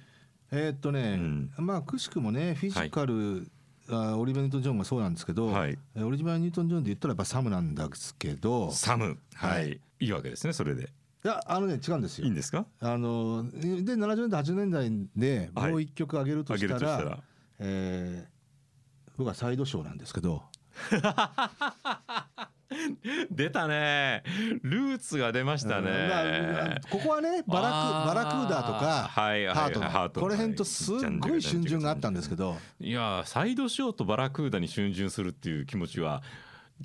B: えーっとね、まあくしくもねフィジカル、あーオリビア・ニュートン・ジョンがそうなんですけど、
A: はい
B: えーオリビア・ニュートン・ジョンで言ったらやっぱサムなんですけど
A: サムはい、
B: はい
A: い、いわけですねそれで
B: いやあのね違うんです
A: いい
B: よ
A: ん。ですか
B: あので70年代80年代で
A: はい
B: もう一曲上げると
A: 上げる
B: した
A: とし
B: ら,、
A: たら
B: えー僕はサイドショーなんですけど
A: 出たねルーツが出ましたね、
B: うんまあここはねバラ
A: あ
B: ク
A: ー
B: バラクーダーとか、
A: はいはい
B: ハ
A: は
B: ー
A: い
B: トの
A: ハートの
B: この辺とすっごい春巡があったんですけど
A: いやーサイドショーとバラクーダに逡巡するっていう気持ちは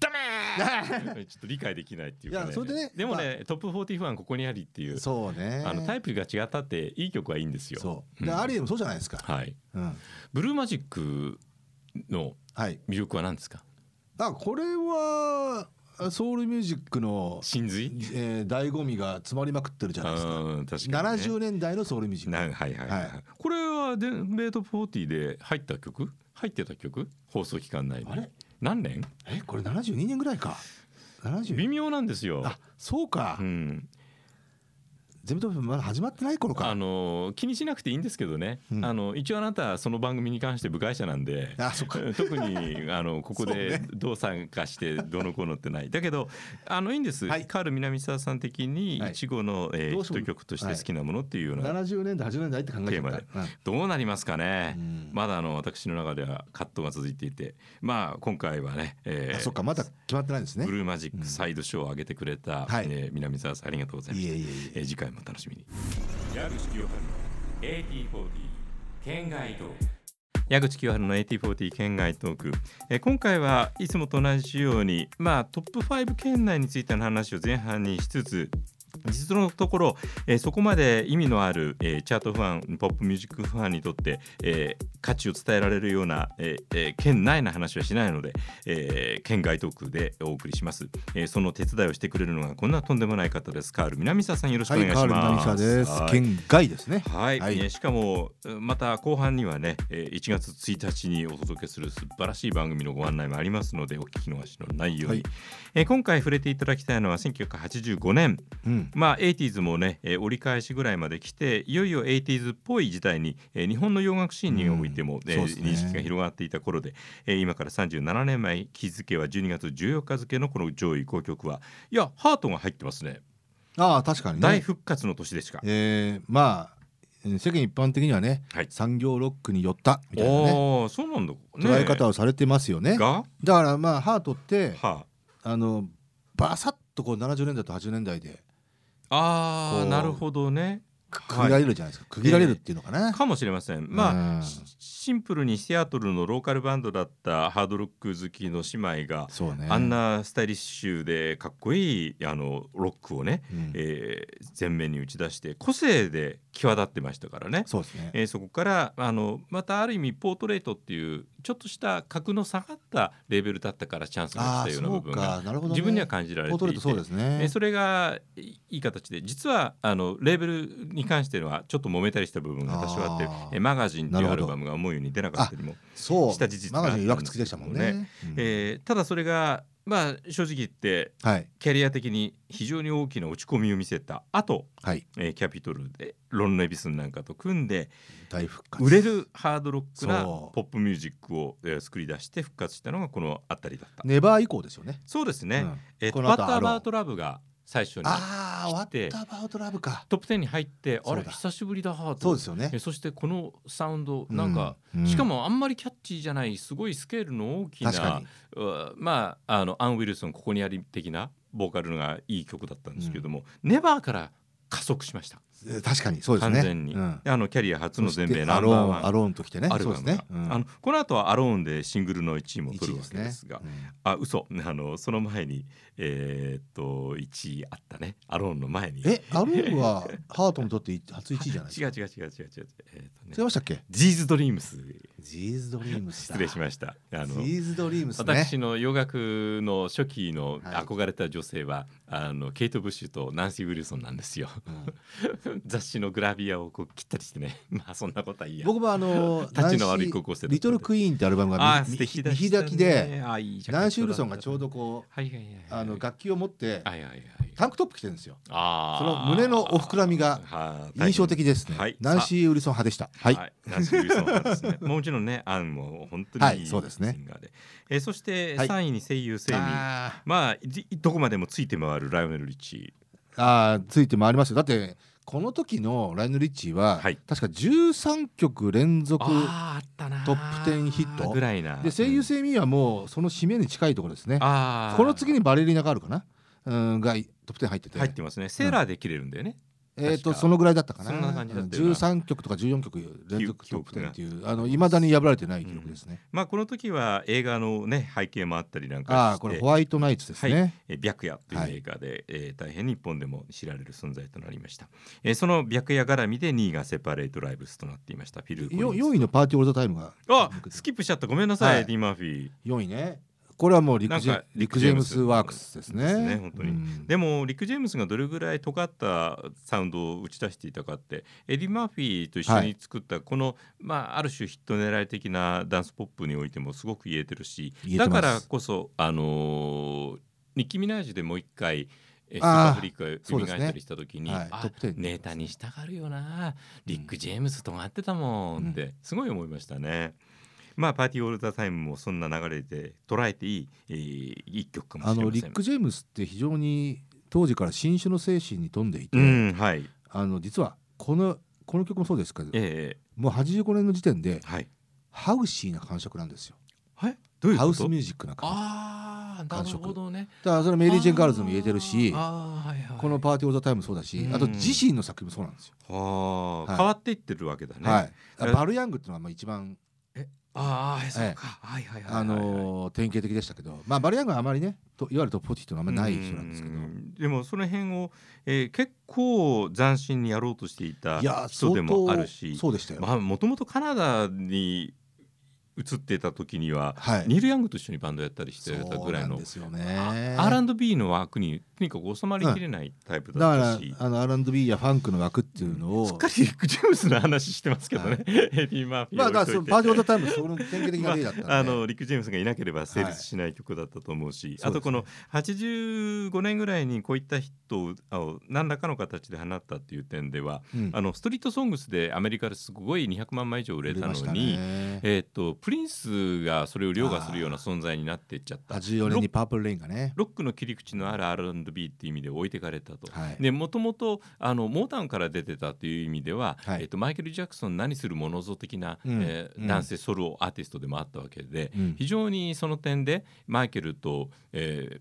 A: ダメ ーちょっと理解できないっていうか、ね、
B: いやそれでね
A: もね、トップ41はここにありっていう
B: そうね
A: あのタイプが違ったっていい曲はいいんですよ。
B: そ
A: う
B: う
A: ん
B: でアリエもそうじゃないですか、
A: はい、
B: うん
A: ブルーマジックの
B: はい
A: 魅力は何ですか
B: あこれはソウルミュージックの、
A: 真
B: え
A: 髄
B: ー、醍醐味が詰まりまくってるじゃないですか
A: うん確かに、ね、
B: 70年代のソウルミュージック
A: なはいはいはい、
B: はい
A: これはでベート40で入った曲入ってた曲放送期間内に
B: あれ
A: 何年
B: えこれ72年ぐらいか
A: 微
B: 70
A: 妙なんですよ。
B: あそうか、
A: うん、
B: ゼミトップまだ始まってない頃
A: あ
B: か
A: の気にしなくていいんですけどね、
B: うん
A: あの一応あなたその番組に関して部外者なんで
B: あそっか
A: 特にあのここ
B: そ
A: で
B: うね
A: どう参加してどうのこうのってないだけどあのいいんです、
B: はい
A: カール南沢さん的に
B: はい
A: いちごの、えー
B: どうしても
A: ヒット曲として好きなものっていうような、
B: 70年代80年代って考えて
A: テーどうなりますかね、まだあの私の中では葛藤が続いていてまあ今回はね、えー
B: あそっかまだ決まってないんですね
A: ブルーマジックサイドショーを上げてくれた、
B: はい
A: えー南沢さんありがとうございました
B: いえいえいえ
A: えー次回も楽しみに矢口清春の AT40 県外トーク矢口清春の AT40 県外トーク、えー今回はいつもと同じようにまあトップ5圏内についての話を前半にしつつ実のところ、えーそこまで意味のある、えーチャートファンポップミュージックファンにとって、えー価値を伝えられるような、えーえー県内の話はしないので、えー県外トークでお送りします、えーその手伝いをしてくれるのがこんなとんでもない方ですカール南沢さんよろしくお
B: は
A: 願い
B: い
A: し
B: カール
A: ま
B: 南
A: す、
B: 沢です
A: はい
B: 県外ですね
A: はい、
B: はい
A: えーしかもえーまた後半にはねえー1月1日にお届けする素晴らしい番組のご案内もありますのでお聞き逃しのないように、
B: はい
A: えー今回触れていただきたいのは1985年
B: うん
A: まあ 80s もね、えー折り返しぐらいまで来ていよいよ 80s っぽい時代に、えー日本の洋楽シーンにおいても、
B: うん
A: えー
B: そうですね
A: 認識が広がっていた頃で、えー今から37年前日付は12月14日付のこの上位5曲はいやハートが入ってますね
B: ああ確かにね
A: 大復活の年でしか
B: えーまあうん世間一般的にはね、
A: はい
B: 産業ロックに寄ったみたいなね
A: ああそうなんだ、ね、
B: 捉え方をされてますよね。
A: がは
B: だからまあハートって
A: あ
B: あのバサッとこう70年代と80年代で
A: あ
B: こ
A: ー
B: う
A: なるほどね
B: 区切られるじゃないですか、区切られるっていうのかな。
A: かもしれませんまあ
B: うん
A: シシンプルにシアトルのローカルバンドだったハードロック好きの姉妹が、
B: そうね
A: あん、なスタイリッシュでかっこいいあのロックをね、
B: うん
A: えー前面に打ち出して個性で際立ってましたからね。
B: そうですね。
A: えーそこからあのまたある意味ポートレートっていうちょっとした格の下がったレーベルだったからチャンスが来
B: ああ
A: たような
B: そ
A: 部
B: う
A: 分が
B: かなるほど、ね、
A: 自分には感じられて
B: ポートレー
A: い
B: ト
A: て
B: そうですね。
A: えそれがいいい形で実はあのレーベルに関してはちょっと揉めたりした部分が私はあって
B: あー
A: えマガジンっていう
B: な
A: ア
B: る
A: ル
B: ほど
A: バムが思うように出なかったりも、
B: そう
A: した事実が
B: マガジンいわくつきでしたもんね。うん
A: えーただそれがまあ正直言って
B: はい
A: キャリア的に非常に大きな落ち込みを見せた後、
B: はい
A: えーキャピトルでロン・レビスンなんかと組んで
B: 大復活。
A: 売れるハードロックな
B: そう
A: ポップミュージックを、えー作り出して復活したのがこのあたりだった。
B: ネバー以降ですよね。
A: そうですね、
B: うん
A: えー
B: この
A: バッ
B: 後
A: ター・
B: アロー
A: バウト・ラブが最初に
B: ああ終わっ
A: 来て
B: たバウトラブか。
A: トップ10に入ってあ
B: そ
A: れ
B: うだ
A: 久しぶりだハー
B: そう
A: ト
B: ですよね
A: え。そしてこのサウンドなんか、
B: うん、
A: しか
B: も
A: もあんまりキャッチーじゃないすごいスケールの大きな
B: 確かに
A: うまああのアン・ウィルソンここにあり的なボーカルがいい曲だったんですけども、ネバーから加速しました、
B: えー確かにそうです
A: 完
B: ね。
A: 全に、
B: うん
A: あのキャリア初の全米
B: そして
A: ナ
B: ア
A: ン
B: ロ
A: バー
B: ー
A: ワ
B: ンア
A: ン
B: ローンときてね。
A: アル
B: そう
A: バ
B: です
A: ムが、
B: ね。うん
A: あのこの後は「アローン」でシングルの1位も取るわけですが
B: 一位ね
A: あ嘘あのその前にえーっと1位あったね「アローン」の前に
B: うんえアローンはハートにとって初一位じゃないですか。
A: 違う違う違う違う違う、えーっ
B: 違
A: とね
B: いましたっけ？
A: ジーズドリームス
B: ジーズドリームスだ。
A: 失礼しましたあ
B: ジ
A: の
B: ーズドリームスね。
A: 私の洋楽の初期の
B: はい
A: 憧れた女性は、あのケイト・ブッシュとナンシー・ウィルソンなんですよ
B: うん
A: 雑誌のグラビアをこう切ったりしてね まあそんなことはいいや
B: 僕もあの
A: タッチの
B: ナン
A: 悪
B: シ
A: い
B: ー
A: 高校 生だった
B: リトル・クイーンってアルバム
A: あ
B: が
A: あ
B: み
A: 素
B: み
A: 敵だ
B: 見開きで
A: ああいいジャケットだ
B: ナンシー・ウィルソンがちょうどこう
A: はいはいはいはい
B: あの楽器を持って
A: はいはいはい
B: タンクトップ着てるんですよ。
A: あー
B: その胸のお膨らみが
A: はー
B: 印象的ですね。
A: はい
B: ナンシー・ウィルソン派でした。はい。
A: はい、ナンシーウィルソンはです ね。もちろんね、アンも本当に
B: はいそうですね
A: シンガーで。えーそして
B: はい
A: 三位に声優声優。
B: あ
A: まあじどこまでもついて回るライオネルリッチ
B: ーあーついて回りますよ。だってこの時のライオネル・リッチーは、
A: はい
B: 確か13曲連続
A: あーあったなー
B: トップ10ヒット
A: ぐらいな
B: で声
A: う
B: 優
A: ん
B: セミはもうその締めに近いところですね。
A: あー
B: この次にバレリーナがあるかな。うんがトップ10入ってて。
A: 入ってますねセーラーで切れるんだよね、
B: えー、と
A: 確か
B: そのぐらいだったかな
A: そんな感じだったよな
B: 13曲とか14曲連続トップ10っていうあの
A: が
B: いまだに破られてない記録ですね、
A: まあこの時は映画のね背景もあったりなん
B: あ
A: か
B: あ
A: して
B: これホワイトナイツですね、
A: えー白夜という映画で、えー大変日本でも知られる存在となりました、えーその白夜絡みで2位がセパレートライブスとなっていましたフィル・コリン
B: よ
A: ズ
B: 4位のパーティーオールザタイムが
A: あスキップしちゃったごめんなさい、
B: はい
A: エディ・マーフィー
B: 4位ねこれはもうリクジ
A: なん
B: ェ
A: か
B: リクジェームス・ワークスですね
A: ですね本当に
B: うん
A: でもリック・ジェームスがどれぐらい尖ったサウンドを打ち出していたかってエディ・マーフィーと一緒に作ったこの、まあ、ある種ヒット狙い的なダンスポップにおいてもすごく言えてるし
B: 言え
A: だ
B: てます
A: からこそ、あのーニッキー・ミナージュでもう一回えスーパー
B: あー
A: フリック
B: そう
A: が
B: で
A: 蘇った
B: すね
A: りした時に、
B: はい
A: あ
B: トップ10
A: ネタに従うよなリック・ジェームス尖ってたもんって、すごい思いましたね。まあ、パーティーオールザタイムもそんな流れで捉えていい、えー一曲かも
B: あ
A: しれ
B: の
A: ませ
B: リ
A: ん。
B: ック・ジェームスって非常に当時から新種の精神に富んでいて、
A: うん、はい。
B: あの実はこのこの曲もそうですけど
A: え
B: もう85年の時点で
A: えはい。
B: ハウシーな感触なんですよ
A: はい。どういうこ
B: ハ
A: と
B: ウスミュージックな感触
A: ああ、なるほどね。
B: だからそれメリー・ジェーン・ガールズも言えてるし
A: あーあーはいはい。
B: このパーティー・オー・ザ・タイムもそうだし、
A: うん
B: あと自身の作品もそうなんですよ。
A: はあ、
B: はい
A: 変わっていってるわけだね。
B: はい、
A: え
B: バルヤングっていうのはまあ一番、
A: ああ、そうか。はいはいはいはい。
B: あのー典型的でしたけど、まあ、バルヤングはあまりねといわゆるトップ40っていうのはあんまりない人なんですけど
A: う。でもその辺を、えー、結構斬新にやろうとしていた
B: いや
A: 人でもあるし
B: 相当そうでしたよ、
A: まあもともとカナダに移っていた時には、
B: はい
A: ニール・ヤングと一緒にバンドやったりして
B: そう
A: たぐらい
B: なん
A: の
B: で、すよね
A: あ R&B の枠にとにかく収まりきれないタイプ
B: だ
A: だった
B: か
A: し、
B: らあの R&B やファンクの枠っていうのを、
A: すっかりリック・ジェームスの話してますけど ね、エディ・マーフィー
B: まあ
A: を
B: だか
A: 置いと
B: らそ
A: い
B: の
A: て
B: バージョン・オー・ザ・タイムその典型的な例 だったんで、
A: あのリック・ジェームスがいなければ成立しない曲だったと思うし、
B: そ
A: あ
B: うで
A: と
B: すね
A: この85年ぐらいにこういったヒットをあの何らかの形で放ったっていう点では、
B: うん
A: あのストリート・ソングスでアメリカですごい200万枚以上売れたの
B: 売れました
A: に、
B: ね
A: えー、とプリンスがそれを凌駕するような存在になっていっちゃった
B: 84年にパープルレインがね
A: ロックの切り口のある R&B っていう意味で置いてかれたと。
B: はい、
A: でもともとあのモータウンから出てたという意味では、
B: はい
A: えっと、マイケル・ジャクソン何するものぞ的な、
B: うん
A: えー
B: うん
A: 男性ソロアーティストでもあったわけで、
B: うん
A: 非常にその点でマイケルと、えー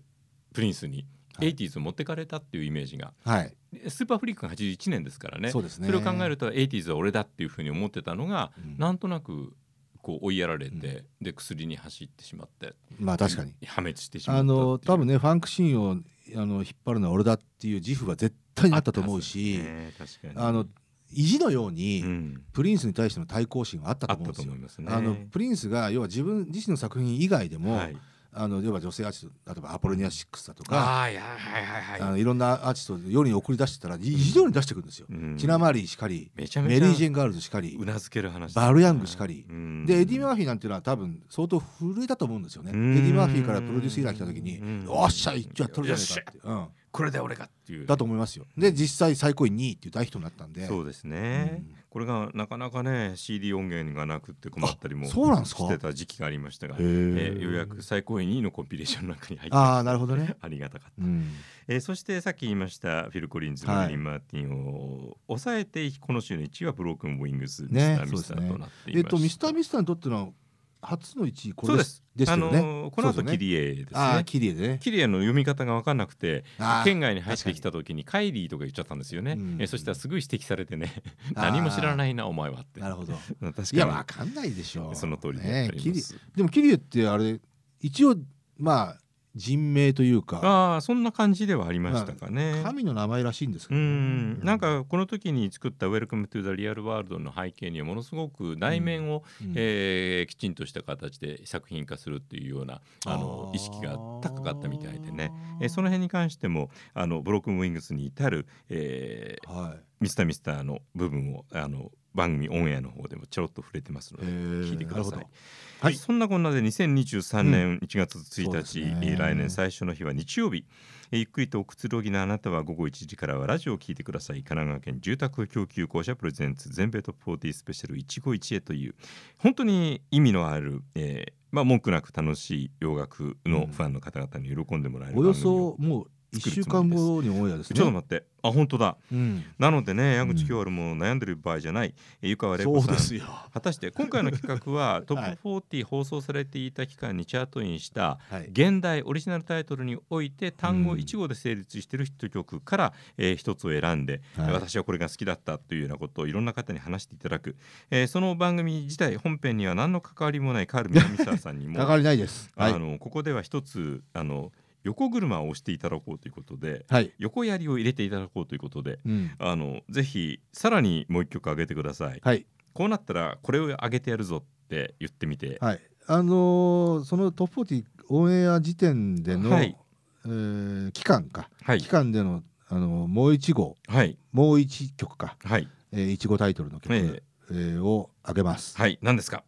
A: プリンスに
B: はい
A: 80s を持ってかれたっていうイメージが、
B: はい
A: スーパーフリックが81年ですからね
B: そうですね
A: れを考えると 80s は俺だっていうふうに思ってたのが、
B: うん
A: なんとなくこう追いやられて、で薬に走ってしまって
B: まあ確かに
A: 破滅してしまった
B: あ
A: っていう
B: の多分ねファンクシーンをあの引っ張るのは俺だっていう自負は絶対にあったと思うし
A: あったはずですね確かに
B: あの意地のように、
A: うん
B: プリンスに対しての対抗心はあったと
A: あっ
B: 思うん
A: た
B: で
A: と
B: すよ
A: 思い。ますね。
B: あのプリンスが要は自分自身の作品以外でも、
A: はい、
B: あの要は女性アーティスト例えばアポロニア6だとか
A: ああいやはいはい
B: あ
A: はい。
B: のいろんなアーティストを世に送り出してたら非常に出してくるんですよ。
A: うん
B: キナマリーしかり
A: めちゃめち
B: メ
A: ゃ
B: リー・ジェーン・ガールズしかり
A: うなずける話ですね、
B: バルヤングしかり
A: うん
B: でエディ・マーフィーなんていうのは多分相当古いだと思うんですよね。エデ
A: うん
B: ィ・マーフィーからプロデュース依頼来た時に
A: うん
B: 「よっしゃ一応やっとるじゃないか」って、うん、
A: これで俺がっていう。
B: だと思いますよ。で実際最高位2位っていう大ヒットになったんで
A: そうですね、
B: うん
A: これがなかなかね CD 音源がなくって困ったりも
B: あそうなんですか
A: してた時期がありましたが、
B: へ
A: え
B: ー
A: ーようやく最高位2位のコンピレーションの中に入って
B: ああなるほどね。
A: ありがたかった、
B: うん
A: えーそしてさっき言いましたフィル・コリンズの
B: はい
A: メリー・マーティンを抑えてこの週の1位はブロークン・ウィングス、
B: ね
A: ミスター・ミスタ
B: そうですね
A: ーとなっていました
B: えっと、ミスターミスターにとっての初の1位こ
A: そう
B: れで
A: ですす
B: ですよね。
A: あのーこの後キリエですね
B: ああキリエでね。
A: キリエの読み方が分かんなくて
B: あー
A: 県外に入ってきた時にカイリーとか言っちゃったんですよね、
B: うん
A: えそしたらすぐ指摘されてね
B: あー
A: 何も知らないなお前はって
B: なるほど。
A: 確かに
B: いやわかんないでしょう。
A: その通りであ
B: ね
A: り
B: キ
A: ま
B: リ
A: す、
B: でもキリエってあれ一応まあ人名というか
A: ああそんな感じではありましたかね、
B: 神の名前らしいんですけ
A: う
B: どね
A: んなんかこの時に作った「Welcome to the Real World」の背景にはものすごく内面を、
B: うん
A: えーきちんとした形で作品化するっていうようなあの
B: あー
A: 意識が高かったみたいでね、えーその辺に関してもあのブロックンウィングスに至る、えー
B: はい。
A: ミスターミスターの部分をあの番組オンエアの方でもちょろっと触れてますので
B: へー
A: 聞いてくださ
B: ないるほど。はい
A: そんなこんなで2023年1月
B: そう
A: 1
B: です
A: 日、
B: ね
A: えー来年最初の日は日曜日えーゆっくりとおくつろぎなあなたは午後1時からはラジオを聞いてください神奈川県住宅供給公社プレゼンツ全米トップ40スペシャル一期一会という本当に意味のある、えーまあ、文句なく楽しい洋楽のファンの方々に喜んでもらえる
B: お
A: 番
B: よ
A: 組を
B: そもう一週間後にオンエアですね。
A: ちょっと待ってあ本当だ
B: うん
A: なのでね矢口清春も悩んでる場合じゃない、えー湯川玲子
B: そう
A: さん
B: ですよ。
A: 果たして今回の企画 はト
B: はい
A: ップ40放送されていた期間にチャートインした
B: はい。
A: 現代オリジナルタイトルにおいて単語
B: うん
A: 1語で成立しているヒット曲から、えー一つを選んで、
B: はい
A: 私はこれが好きだったというようなことをいろんな方に話していただく、えーその番組自体本編には何の関わりもないカール南沢さん にも
B: かかりないです。は
A: あ
B: い。
A: のここでは一つあの横車を押していただこうということで
B: はい。
A: 横槍を入れていただこうということで
B: うん。
A: あのぜひさらにもう一曲上げてください。
B: はい。
A: こうなったらこれを上げてやるぞって言ってみて、
B: はい。あのーそのトップ40オンエア時点での、
A: はい
B: えー期間か、
A: はい
B: 期、間でのあのーもう一号
A: はい、
B: もう一曲か、
A: はい、
B: えー、一号タイトルの曲、
A: え
B: え
A: え
B: ーを上げます。
A: はい、何ですか？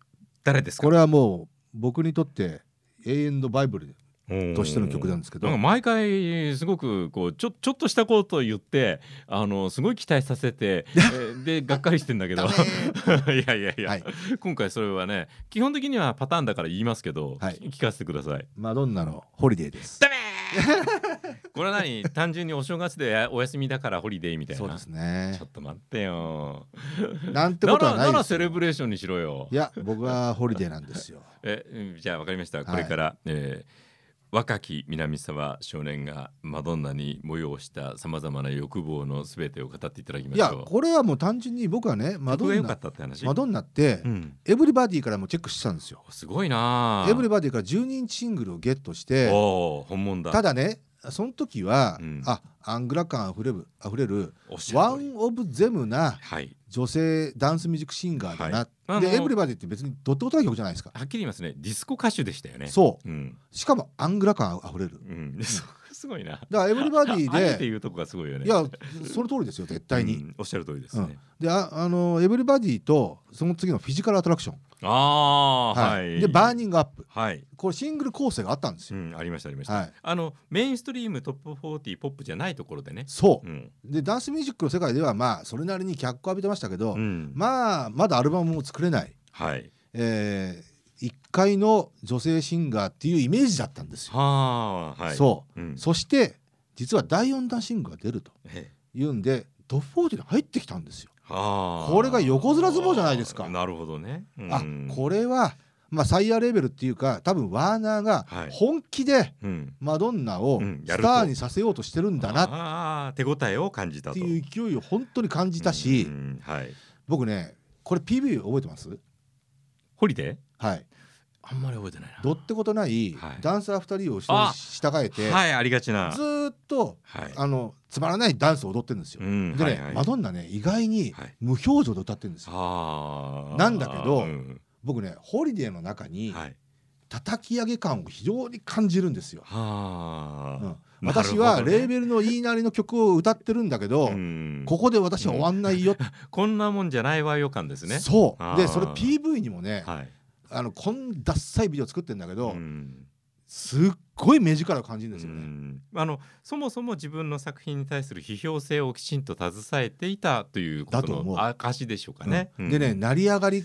A: 誰ですか？
B: これはもう僕にとって永遠のバイブル
A: れ
B: としての曲なんですけど
A: なんか、毎回すごくこうちょちょっとしたことを言ってあのすごい期待させ て、えーでがっかりしてんだけど
B: ダ メ
A: いやいやいや、
B: はい
A: 今回それはね基本的にはパターンだから言いますけど、
B: はい
A: 聞かせてください。
B: マドンナのホリデーです。
A: ダメ ーこれは何単純にお正月でお休みだからホリデーみたいな
B: そうですね
A: ちょっ。と待ってよ
B: なんてことは
A: なら
B: な
A: な
B: い
A: ら
B: です
A: セ
B: よ。
A: レブレーションにしろよ
B: いや僕はホリデーなんですよ。
A: えうんじゃあ分かりました
B: い
A: これから、えー若き南沢少年がマドンナに催したさまざまな欲望のすべてを語っていただきま
B: い
A: しょ
B: や
A: う。
B: これはもう単純に僕はねマド
A: 曲が
B: ン
A: 良かっ
B: ナ
A: たって話。
B: マドンナって、
A: うん、
B: エブリバディからもチェックしてたんですよ。
A: すごいなあ。
B: エブリバディから12人シングルをゲットして
A: おー本物だ。
B: ただねその時は、
A: うん
B: あアングラ感あふれるあふれる
A: おっしゃ
B: ワ
A: る通り
B: ン・オブ・ゼムな
A: はい。
B: 女性ダンスミュージックシンガーだな、
A: はいあ
B: で
A: の
B: エブリバディって別にどってことない曲じゃないですか、
A: はっきり言いますね。ディスコ歌手でしたよね。。
B: そう
A: うん。
B: うしかもアングラ感あふれる
A: うん。 そすごいな。
B: だからエブリバデ ィ
A: あえて
B: で
A: いうとこがすごいよね。
B: いやその通りですよ絶対に、
A: うんおっしゃる通りですね。
B: でああのエブリバディとその次のフィジカルアトラクション、
A: ああーはい。
B: でバー
A: ン。
B: ニングアップ
A: はい。
B: これシングル構成があったんです
A: う
B: よ、
A: んありましたありました。
B: はい
A: あのメインストリームトップ40ポップじゃないところでね。。
B: そううんでダンスミュージックの世界ではまあそれなりに脚光浴びてましたけど、
A: うん
B: まあまだアルバムも作れない、
A: はい。
B: えー一回の女性シンガーっていうイメージだったんですよ。
A: はあはい、
B: そう
A: ん
B: うそして実は第4弾シングルが出ると
A: ええ
B: いうんでドッフォーティが入ってきたんですよ。
A: はあ
B: これが横綱相撲じゃないですか
A: なるほどね、うん
B: あこれは、まあ、サイヤーレベルっていうか多分ワーナーが本気で
A: うん
B: マドンナを
A: うんや
B: ス
A: る
B: タ
A: と
B: ーにさせようとしてるんだなっ
A: ああ手応えを感じたと
B: ていう勢いを本当に感じたし、
A: うんはい
B: 僕ねこれ PV 覚えてます
A: ホリデー
B: はい
A: あんまり覚えてないな
B: どってことない
A: はい
B: ダンサー2人を後ろに従えて、
A: はいありがちな
B: ずーっと
A: はい
B: あのつまらないダンスを踊ってるんですよ。
A: うん
B: でね、
A: はいはい
B: マドンナね意外に
A: はい
B: 無表情で歌ってるんですよ。
A: ああ
B: なんだけど
A: ん
B: 僕ねホリデーの中に
A: はい
B: 叩き上げ感を非常に感じるんですよ。
A: はあ、
B: うん
A: なるほどね
B: 私はレーベルの言いなりの曲を歌ってるんだけど、
A: うん
B: ここで私は終わんないよ、
A: こんなもんじゃないわ予感ですね。
B: そうで
A: あー
B: それ PV にもね、
A: はい。
B: あのこんダッサいビデオ作ってるんだけど、
A: ん
B: すっごい目力を感じるんですよ
A: う
B: ね。
A: んあのそもそも自分の作品に対する批評性をきちんと携えていたというこ
B: だと
A: と
B: 思う
A: の証でしょうかね。
B: うんでね成り上がりっ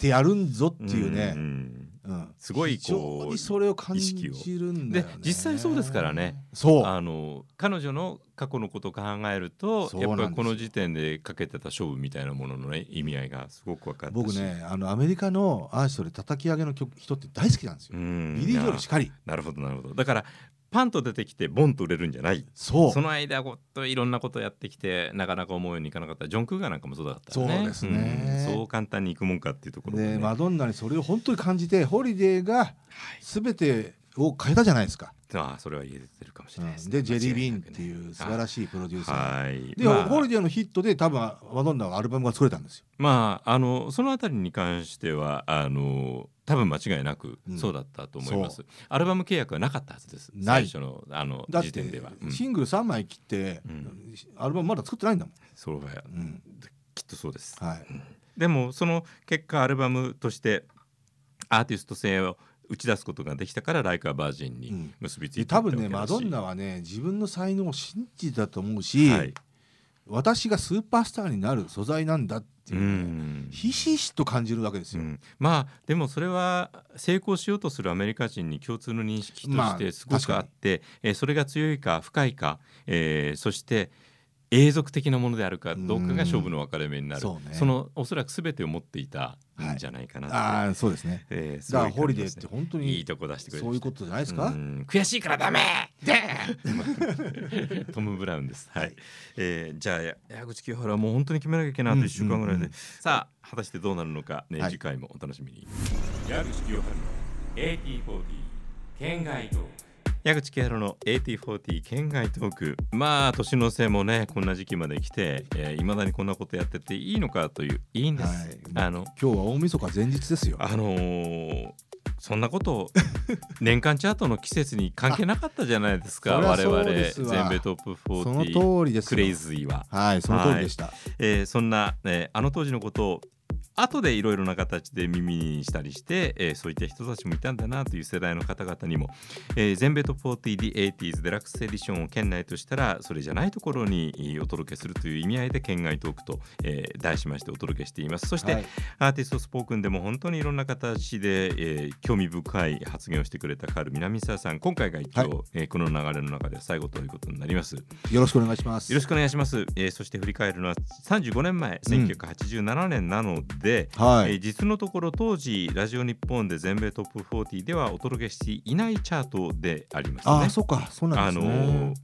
B: てやるんぞ
A: う
B: っ
A: ん
B: ていうね、
A: んん
B: うん
A: すごい
B: 非常
A: こ
B: に
A: う
B: それを感じるんだよね
A: で実際そうですからね
B: そう
A: あの彼女の過去のことを考えると
B: そう
A: や
B: な
A: っ
B: んですよ
A: ぱりこの時点でかけてた勝負みたいなものの、ね、意味合いがすごく分かったし
B: 僕、ねあのアメリカのアーティストで叩き上げの曲人って大好きなんです
A: う
B: よ、
A: ん、
B: ビリー・ジョエルしかり
A: なるほどなるほどだからパンと出てきてボンと売れるんじゃない
B: そう
A: その間ごっといろんなことやってきてなかなか思うようにいかなかったジョン・クーガーなんかもそうだったよね
B: そうですね
A: うんそう簡単にいくもんかっていうところがね
B: でマドンナにそれを本当に感じてホリデーが
A: はい
B: 全てを変えたじゃないですか、
A: ああそれは言えてるかもしれないです、ね、
B: でジェリー・ビーンって
A: う
B: いう素晴らしいプロデューサー、
A: はい
B: で、
A: まあ
B: ホリデーのヒットで多分マドンナはアルバムが作れたんですよ
A: まあ、あのそのあたりに関してはあの多分間違いなく
B: うん
A: そうだったと思います、アルバム契約はなかったはずです
B: ない
A: 最初のあの
B: だっ
A: 時
B: て
A: 点では、うん
B: シングル3枚切って、
A: うん
B: アルバムまだ作ってないんだも
A: そうは
B: ん、うん
A: きっとそうです
B: はい、
A: でもその結果アルバムとしてアーティスト性を打ち出すことができたから「ライカーバージン」に結びついていった
B: 多
A: わけ
B: 分ねマ
A: だし
B: ドンナはね自分の才能を信じたと思うし、
A: はい
B: 私がスーパースターになる素材なんだって
A: う
B: いう、
A: ん
B: ひしひしと感じるわけです
A: う
B: よ。
A: んまあでもそれは成功しようとするアメリカ人に共通の認識と
B: ま
A: し
B: あ
A: てすご
B: 確か
A: くあ
B: に
A: って、えーそれが強いか深いか、えーそして永続的なものであるかどうかが勝負の分かれ目になる
B: うんそうね
A: のおそらく全てを持っていたんじゃないかなって、
B: ああそうですね。
A: えーす
B: だ
A: ご
B: か
A: い
B: らホリデ
A: 感
B: ー
A: じまし
B: って
A: た
B: 本当
A: い
B: に
A: いとこ出してくれました
B: そういうことじゃないです
A: う
B: か。
A: ん悔しいからダメで トム・ブラウンです、はい
B: はい
A: えーじゃあや矢口清原はもう本当に決めなきゃいけないあと1週間ぐらいで、
B: うんうんうん
A: さあ果たしてどうなるのか、ね
B: はい
A: 次回もお楽しみに矢口清原の AT40 県外トーク矢口清原の AT40 県外トークまあ年のせいもねこんな時期まで来ていま、えー未だにこんなことやってていいのかといういいんです、
B: はい
A: あの
B: 今日は大晦日前日ですよ。
A: あのーそんなこと を年間チャートの季節に関係なかったじゃないですか
B: あ
A: 我
B: そりゃ
A: 々
B: そうです
A: 全
B: わ
A: 米トップ
B: その
A: 40
B: 通りです
A: ク
B: よ
A: レイズイは、
B: はいその通りでした。
A: えーそんな、えーあの当時のことを後でいろいろな形で耳にしたりして、えーそういった人たちもいたんだなという世代の方々にも、えー全米トップ 40D80s デラックスエディションを県内としたらそれじゃないところにえーお届けするという意味合いで県外トークと、えー題しましてお届けしていますそして、
B: はい
A: アーティストスポークンでも本当にいろんな形で、えー興味深い発言をしてくれたカール南沢さん今回が一応、
B: はい
A: えーこの流れの中で最後ということになりますよ
B: よろしくお願いします。
A: ろしくお願いします、えーそして振り返るのは35年前
B: うん
A: 1987年なので、
B: は
A: え
B: い
A: ー実のところ当時ラジオ日本で全米トップ40ではお届けしていないチャートでありますね
B: ああそうかそうなんですね。
A: あのー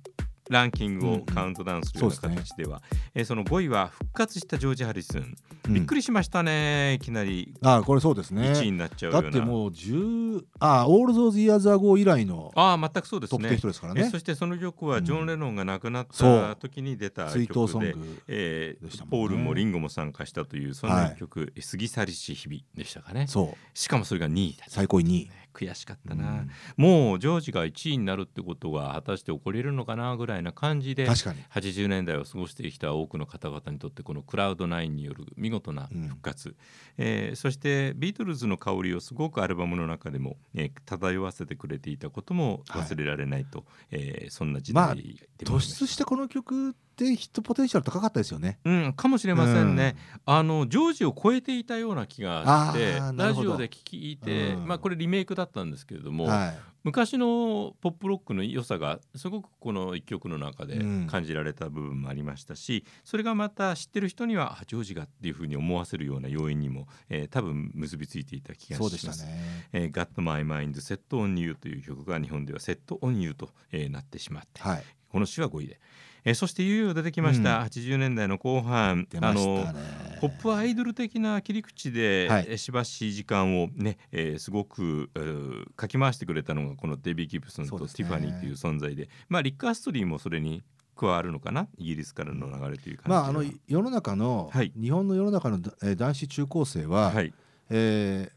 A: ランキングをカウントダウンするような
B: うんうんそう
A: 形で
B: で
A: は、えーその5位は復活したジョージ・ハリスン、
B: うん
A: びっくりしましたねいきなり
B: ああこれそうですね。
A: 1位になっちゃうよ
B: だ
A: うな
B: ってもう10あオールゾーズイヤーザーゴー以来の
A: ああ全くそうで
B: ト
A: す
B: ップテ
A: ね
B: ヒットですから
A: え
B: ね
A: そしてその曲はジョ
B: う
A: ン・
B: ん
A: レノンが亡くなっ
B: そ
A: た
B: う
A: 時に出た
B: 追悼
A: 曲
B: ソン
A: で
B: グ
A: えー
B: でしたもんね
A: ポールもリンゴも参加したというそん
B: は
A: ない曲、え過ぎ去りし日々でしたかね
B: そう
A: しかもそれが2位だった
B: 最高位2位
A: 悔しかっ
B: う
A: たな、
B: ん
A: もうジョージが1位になるってことが果たして起こり得るのかなぐらいな感じで
B: 確かに
A: 80年代を過ごしてきた多くの方々にとってこのクラウド9による見事な復活、えーそしてビートルズの香りをすごくアルバムの中でも、えー漂わせてくれていたことも忘れられないと、えーそんな時
B: まあ
A: 代でもありま
B: 突
A: した
B: 出してこの曲ってヒットポテンシャル高かったですよね。
A: うん、かもしれませんね、あのジョージを超えていたような気がして
B: あーな
A: ラ
B: る
A: ジ
B: ほど
A: オで聞いて、
B: うん
A: まあ、これリメイクだったんですけれども、
B: は
A: 昔のポップロックの良さがすごくこの一曲の中で
B: うん
A: 感じられた部分もありましたし、それがまた知ってる人にはあジョージがっていうふうに思わせるような要因にも、えー多分結びついていた気
B: い、
A: がし
B: そ
A: ま
B: う
A: す
B: でしたね。
A: えー、Got My Mind Set on You という曲が日本では Set on You と、えーなってしまって、
B: はい、
A: この詩は5位で、えーそしてゆうゆう出てきました、
B: うん
A: 80年代の後半
B: 出
A: あ
B: まし
A: の
B: たね。
A: ポップアイドル的な切り口で、
B: はい
A: えーしばし時間をね、えーすごく、えーかき回してくれたのがこのデビー・ギブソン
B: そ
A: と
B: う
A: テ
B: です
A: ィフ
B: ね
A: ァニーという存在でまあリック・アストリーもそれに加わるのかなイギリスからの流れという感じで
B: まああの
A: は
B: 世の中の、
A: はい
B: 日本の世の中のえー男子中高生は、
A: はい、
B: え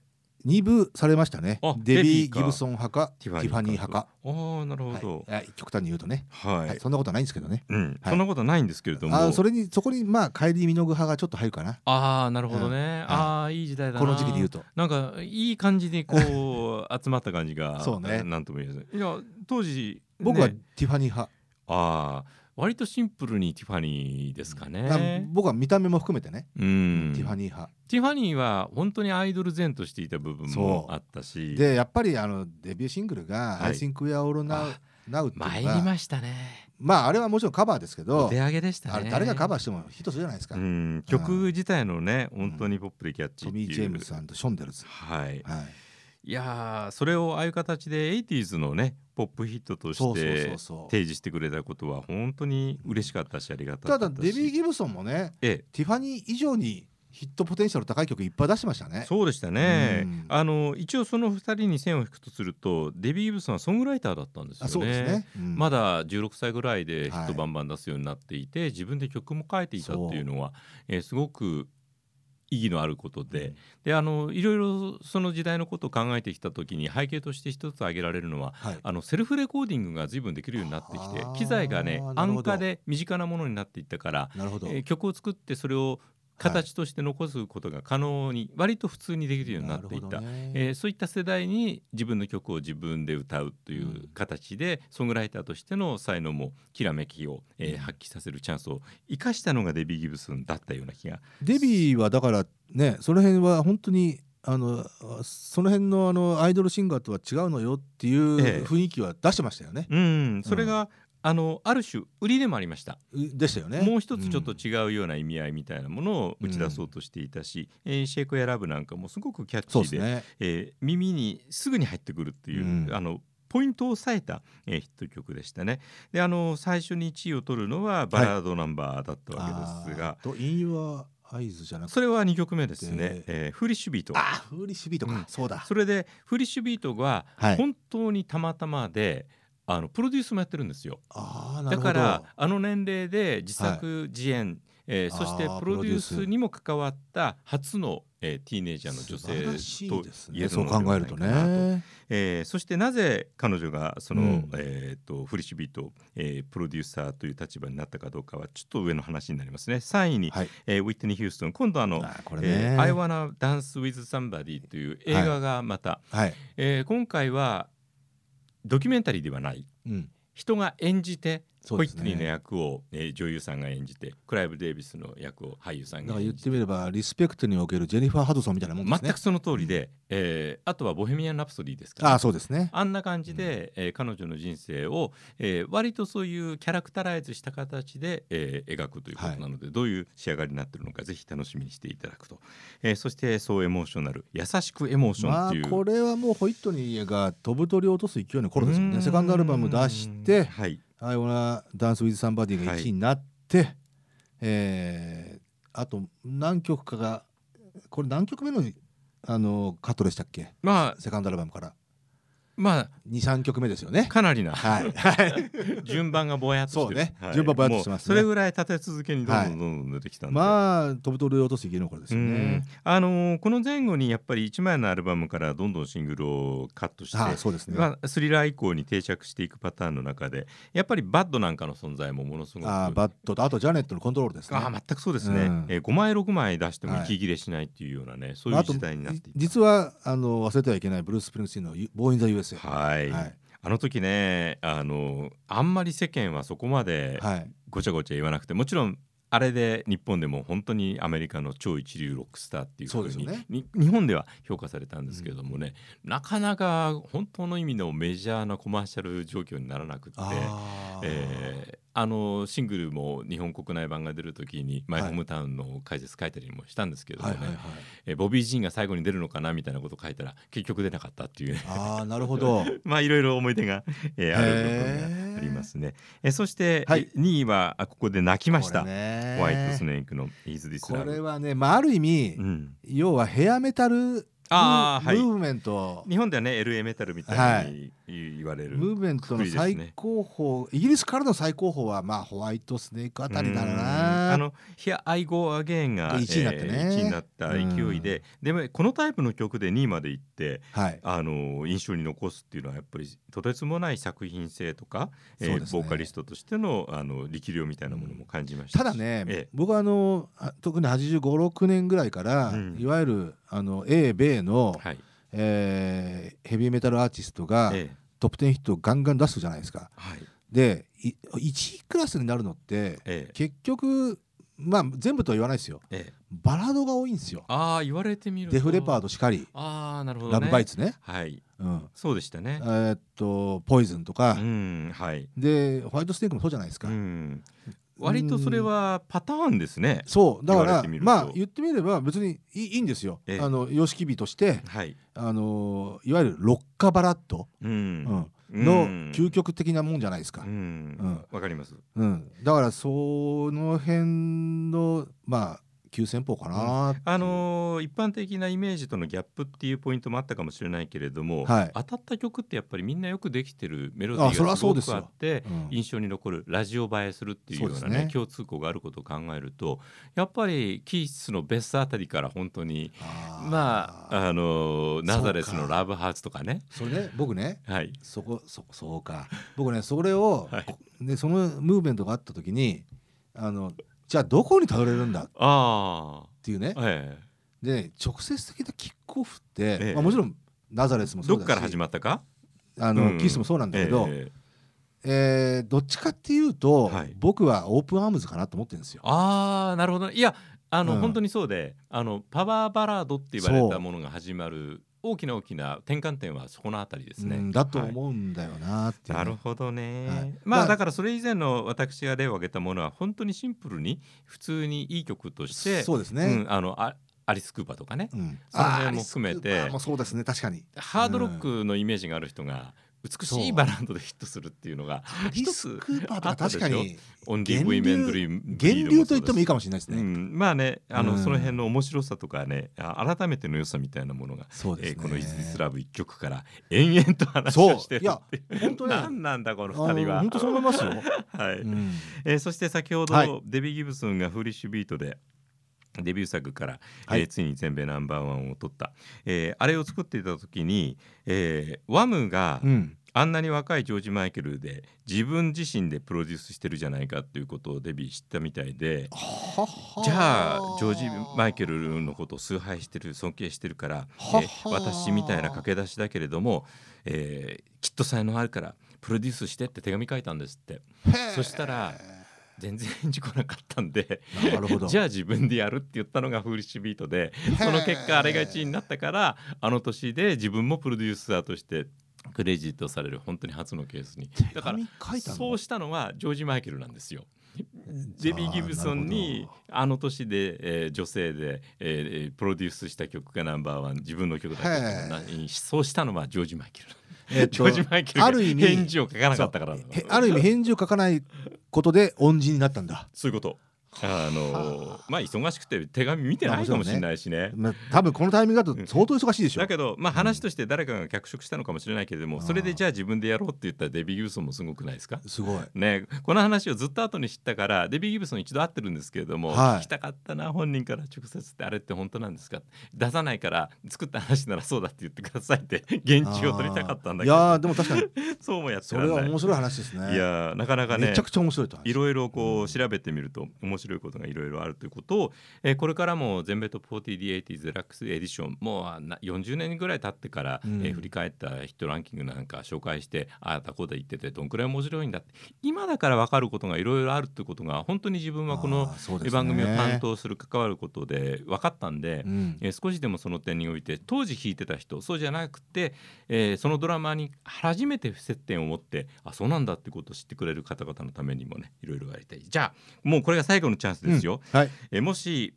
B: ー、2部されましたね
A: あ
B: デビ
A: デビー
B: ー・
A: か
B: ギブソン派か
A: テ
B: テ
A: ィファニー
B: ィファニー派か
A: ああなるほど、
B: はいはい極端に言うとね、
A: はい
B: はい、そんなことはないんですけどね
A: うん
B: はい
A: そんなことはないんですけれども
B: あそれにそこにまあ帰り見の具派がちょっと入るかな
A: ああなるほどね、ああいい時代だな
B: この時期で言うと
A: なんかいい感じにこ う集まった感じが
B: そうね
A: なんとも言えないいや当時
B: 僕は
A: ね
B: ティファニー派、
A: ああ割とシンプルにティファニーですか
B: あ
A: ね
B: 僕は見た目も含めてね、
A: うん
B: ティファニー派
A: ティファニーは本当にアイドル前としていた部分も
B: そう
A: あったし
B: でやっぱりあのデビューシングルが「
A: はい
B: I think we are all now,
A: あ
B: now って
A: 参
B: い
A: り
B: うのが
A: ましたね
B: まああれはもちろんカバーですけ
A: お
B: ど
A: 手上げでしたね
B: あれ誰がカバーしてもヒットするじゃないですか、
A: うん曲自体のね本当にポップでキャッチー
B: ト
A: っていう
B: ミー・ジェームスションデルズ、
A: はい
B: はい、
A: いやーそれをああいう形で 80s のねポップヒットと
B: そ
A: し
B: うそう
A: て
B: そうそう
A: 提示してくれたことは本当に嬉しかったしありがたか
B: た
A: った
B: だ
A: し
B: デビー・ギブソンもね
A: え
B: ティファニー以上にヒットポテンシャル高い曲いっぱい出してました
A: え
B: ね。
A: そうでしたね、
B: うん
A: あの一応その2人に線を引くとするとデビー・ギブソンはソングライターだったんですよ
B: あ
A: ね
B: そうですね。うん
A: まだ16歳ぐらいでヒ
B: はい
A: ットバンバン出すようになっていて、自分で曲も書いていたっていうのはえーすごく意義のあることで、であのいろいろその時代のことを考えてきた時に背景として一つ挙げられるのは
B: はい、
A: あのセルフレコーディングが随分できるようになってきて
B: あー
A: 機材がね
B: なる
A: 安
B: ほど
A: 価で身近なものになっていったから、
B: なるほ
A: え
B: ど。
A: ー曲を作ってそれを形として残すことが可能に、割と普通にできるようになっていた、
B: るほどね
A: えーそういった世代に自分の曲を自分で歌うといううん形で、ソングライターとしての才能もきらめきを、えー
B: うん
A: 発揮させるチャンスを生かしたのがデビー・ギブスンだったような気が
B: デビーはだからねその辺は本当にあのあその辺のあのアイドルシンガーとは違うのよっていう
A: ええ
B: 雰囲気は出してましたよね。
A: うんそれが、あのある種売りでもありました。
B: うでしたよね。
A: もう一つちょっと
B: うん
A: 違うような意味合いみたいなものを打ち出そうとしていたし、えーシェイクやラブなんかもすごくキャッチ
B: そ
A: ー
B: うです
A: で
B: ね。
A: えー耳にすぐに入ってくるっていう、
B: うん
A: あのポイントを押さえた、えーヒット曲でしたね。であの最初に1位を取るのはバラードナンバーだったわけですが、
B: あーと「イン・ユア・アイズ」じゃなくて
A: それは2曲目ですね
B: で
A: 「えーフーリッシュビート」
B: あーフーリッシュビートか、
A: うん
B: そうだ
A: それでフーリッシュビートが
B: はい
A: 本当にたまたまで、あのプロデュースもやってるんですよ。
B: あーな
A: だ
B: るほ
A: か
B: ど
A: らあの年齢で自作自演、えーそして
B: あー
A: プロデュー
B: プロ
A: ス
B: デュース
A: にも関わった初の、えーティーネイジャーの女
B: 素晴らし
A: 性
B: い
A: と
B: です
A: 言え
B: ね
A: る
B: そう
A: のでは
B: 考え
A: ない
B: る
A: か
B: と
A: なと
B: ね。
A: えーそしてなぜ彼女がその、
B: うん
A: えーとフリッシュビート、えープロデューサーという立場になったかどうかはちょっと上の話になりますね3位に、
B: はい
A: えーウィットニー・ヒューストン今度あの
B: あーこれ
A: え
B: ね、
A: ー「I Wanna Dance with Somebody」という映画がまた、
B: はい、
A: えー今回はドキュメンタリーではない
B: うん、
A: 人が演じて
B: そう
A: ホイ
B: で
A: ッ
B: す
A: トニーの
B: ね。
A: 役を、えー女優さんが演じてクライブ・デイビスの役を俳優さんが
B: だから言
A: 演
B: っ
A: じ
B: て
A: て
B: みればリスペクトにおけるジェニファー・ハドソンみたいなもんですね。
A: 全くその通りで、えーあとは「ボヘミアン・ラプソディ」ですから、
B: ああそうですね。
A: あんな感じで、えー彼女の人生を、えー割とそういうキャラクタライズした形で、えー描くということなので、どういう仕上がりになってるのかぜひ楽しみにしていただくと、えーそしてそうエモーショナル優しくエモーションっ
B: まあ
A: ていう、
B: これはもうホイットニーが飛ぶ鳥を落とす勢いの頃ですよ
A: うーん
B: ね。セカンドアルバム出して
A: はい
B: 「I Wanna Dance with Somebody」が1位になって、えーあと何曲かがこれ何曲目のあのカットでしたっけ
A: まあ
B: セカンドアルバムから
A: ま
B: 23曲目ですよね
A: あ。かなりな
B: はい、 はい
A: 順番がぼやっとしてる
B: そうね
A: はい
B: 順番ぼやっとしてます
A: も
B: ね
A: うそれぐらい立て続けにどんどんどんどん出てきたんで、
B: まあ飛ぶ鳥を落とす勢いの頃ですよ
A: うん
B: ね。
A: あのーこの前後にやっぱり1枚のアルバムからどんどんシングルをカットして
B: ああそうですね。
A: まあ、スリラー以降に定着していくパターンの中でやっぱりバッドなんかの存在もものすごく
B: あーバットとあとジャネットのコントロールですね。
A: あー全くそうですね、
B: うん
A: えー、5枚6枚出しても
B: はい
A: 息切れしないっていうようなね、そう
B: まあ
A: いう
B: あと
A: 時代になっていった
B: 実はあの忘れてはいけないブルース・スプリングスティーンの「ボーイン・ザ・ USA」
A: はい、
B: はい
A: あの時ねあのあんまり世間はそこまで
B: はい
A: ごちゃごちゃ言わなくてもちろんあれで日本でも本当にアメリカの超一流ロックスターっていうふ
B: そう
A: う
B: です
A: に
B: よね
A: に日本では評価されたんですけれどもね、なかなか本当の意味のメジャーなコマーシャル状況にならなくって。
B: あー、
A: えーあのシングルも日本国内版が出る時にマイホームタウンの解説書いたりもしたんですけれども
B: は
A: ね、
B: いはいはい
A: えーボビー・ジーンが最後に出るのかなみたいなこと書いたら結局出なかったっていうね
B: ああなるほど
A: まあいろいろ思い出が、えーある部分がありますね、えーそして、
B: はい
A: 2位はあここで泣きました、
B: これね
A: ホワイトスネークの「イーズ・ディス・
B: こ
A: ラ
B: れ
A: ブ
B: はねまあある意」味、
A: うん
B: 要はヘアメタルム
A: あーはい
B: ムーブメント
A: 日本ではね LA メタルみたいに言われる、
B: ムーブメントの最高峰、イギリスからの最高峰はまあホワイトスネークあたりだろう
A: うん
B: な
A: あの「Here I Go Again が」
B: 一位になってね
A: えー一位になった勢いで、でもこのタイプの曲で2位まで行って
B: はい
A: あの印象に残すっていうのはやっぱりとてつもない作品性とか、え
B: そう
A: ー
B: ですね
A: ボーカリストとしてのあの力量みたいなものも感じましたした
B: だね、
A: え
B: 僕はあのあ特に856年ぐらいから、
A: うん
B: いわゆるあの英米の、
A: えはい
B: えーヘビーメタルアーティストが、
A: ええ
B: トップ10ヒットをガンガン出すじゃないですか。
A: はい
B: でい1位クラスになるのっ
A: え
B: て
A: え
B: 結局まあ全部とは言わないですよ
A: ええ
B: バラードが多いんですよ。
A: ああ言われてみると
B: デフレパー
A: ド
B: ドしかり、
A: ああなるほど、ね、
B: ラブバイツね、
A: はい
B: うん
A: そうでした
B: え
A: ね
B: ーっとポイズンとか
A: う、んはい
B: でホワイトステークもそうじゃないですか。
A: うん割とそれはパターンですね
B: そうだ
A: 言
B: か
A: われ
B: ら
A: てみると
B: まあ言ってみれば別にいいいいんですよ、
A: ええ
B: あの様式美として
A: はい
B: あのいわゆるロッカバラッド、
A: う
B: うんん
A: うん
B: の究極的なもんじゃないですか
A: う、んわかります
B: うんだからその辺のまあ急先鋒かなっていう
A: あのー一般的なイメージとのギャップっていうポイントもあったかもしれないけれども、
B: はい
A: 当たった曲ってやっぱりみんなよくできてるメロディ
B: あ
A: ー
B: そりゃ
A: がす
B: そう
A: ご
B: です
A: く
B: よ
A: あって
B: うん
A: 印象に残るラジオ映えするっていうような
B: そうです
A: ね
B: ね
A: 共通項があることを考えるとやっぱりキースのベストあたりから本当に
B: あー
A: まあ、あのーナザレスの「ラブハーツ」とかね
B: それね僕ね
A: はい
B: そこそそうか僕ねそれを、
A: はい
B: でそのムーブメントがあった時にあのじゃあどこにたどれるんだっ
A: あ
B: ていうね
A: あ、え
B: でね直接的なキックオフって、
A: ええ
B: まあ、もちろんナザレス
A: え
B: もそ
A: ど
B: う
A: っ
B: だし
A: から始まったか
B: あの、
A: うん
B: キスもそうなんだけど、え
A: ええ
B: ーどっちかっていうと、
A: はい
B: 僕はオープンアームズかなと思ってるんですよ。
A: ああなるほどいやあの、
B: うん
A: 本当にそうであのパワーバラードって言われ
B: そ
A: た
B: う
A: ものが始まる大きな大きな転換点はそこのあたりですね。
B: うんだと
A: はい
B: 思うんだよなっていう
A: な
B: ね、
A: るほどね、
B: はい
A: ま
B: ま
A: あ
B: あ
A: だからそれ以前の私が例を挙げたものは本当にシンプルに普通にいい曲として
B: そうですね。
A: うん、あのあアリス・クーパーとかね
B: うん
A: その辺も含めて
B: あーアリスクーパーもそうですね確かに
A: ハードロックのイメージがある人が美しいバラードでヒットするっていうのが
B: アリ
A: 一つ
B: スクーパーと
A: あ
B: か
A: ったでしょ
B: 確かに
A: オンリー・ウィメン・ドリーム
B: 源流と言ってもいいかもしれないですね、
A: うん、まあねあの、
B: うん
A: その辺の面白さとかねあ改めての良さみたいなものが、
B: そう
A: え
B: ですね、
A: ーこの「イズ・ディス・ラブ」一曲から延々と話
B: そう
A: をしてる
B: いや
A: っていう
B: 本当ね
A: 何なんだこの
B: あ
A: 二
B: の
A: 人は。
B: 本当そう思いますよ、
A: はい
B: うん
A: えーそして先ほど、
B: はい
A: デビー・ギブソンが「フーリッシュ・ビート」でデビュー作から、
B: はい
A: えーついに全米ナンバーワンを取った、えーあれを作っていた時に、えーワムが
B: うん
A: あんなに若いジョージ・マイケルで自分自身でプロデュースしてるじゃないかっていうことをデビー知ったみたいで。
B: はは
A: じゃあジョージ・マイケルのことを崇拝してる尊敬してるから
B: はは
A: えー私みたいな駆け出しだけれども、えーきっと才能あるからプロデュースしてって手紙書いたんですって
B: へえ
A: そしたら全然返事来なかったんで
B: なるほど
A: じゃあ自分でやるって言ったのがフーリッシュビートでその結果あれが1位になったからあの年で自分もプロデューサーとしてクレジットされる本当に初のケースにだから
B: 手紙書いたの
A: そうしたのはジョージ・マイケルなんですよ。デビー・ギブソン
B: なる
A: に
B: ほ
A: あの年で、えー女性で、えープロデュースした曲がナンバーワン自分の曲だったからそうしたのはジョージ・マイケル。
B: え っ
A: ジ
B: と
A: ョージ・マイケル
B: あ
A: が
B: る意味
A: 返事を書かなかったからなの
B: へある意味返事を書かないことで恩人になったんだ、
A: そういうこと。あの
B: はあ
A: まあ忙しくて手紙見てないかもしれないしね。
B: まあ、多分このタイミングだと相当忙しいでしょ、
A: だけど、まあ、話として誰かが脚色したのかもしれないけれども、
B: うん
A: それでじゃあ自分でやろうって言ったデビー・ギブソンもすごくないですか
B: すごい
A: ね、この話をずっと後に知ったからデビー・ギブソン一度会ってるんですけれども、
B: はい
A: 聞きたかったな本人から直接ってあれって本当なんですか出さないから作った話ならそうだって言ってくださいって現地を取りたかったんだけ
B: あーい
A: ど
B: やーでも確かに
A: そうもやって
B: そ
A: らん
B: れは
A: ない
B: 面白い話ですね
A: いやーなかなかね
B: めちゃくちゃ面白いと話
A: いろいろこう調べてみると面白いことがいろいろあるということを、えーこれからも全米トップ 40D80 デラックスエディションもうあな40年ぐらい経ってから、
B: うん
A: えー振り返ったヒットランキングなんか紹介してああたこうだ言っててどんくらい面白いんだって今だから分かることがいろいろあるということが本当に自分はこの
B: あーそうですね
A: 番組を担当する関わることで分かったんで、
B: うん
A: えー少しでもその点において当時弾いてた人そうじゃなくて、えーそのドラマに初めて接点を持ってあそうなんだってことを知ってくれる方々のためにもねいろいろやりたいじゃあもうこれが最後のチャンスですよ、
B: うんはい
A: えーもし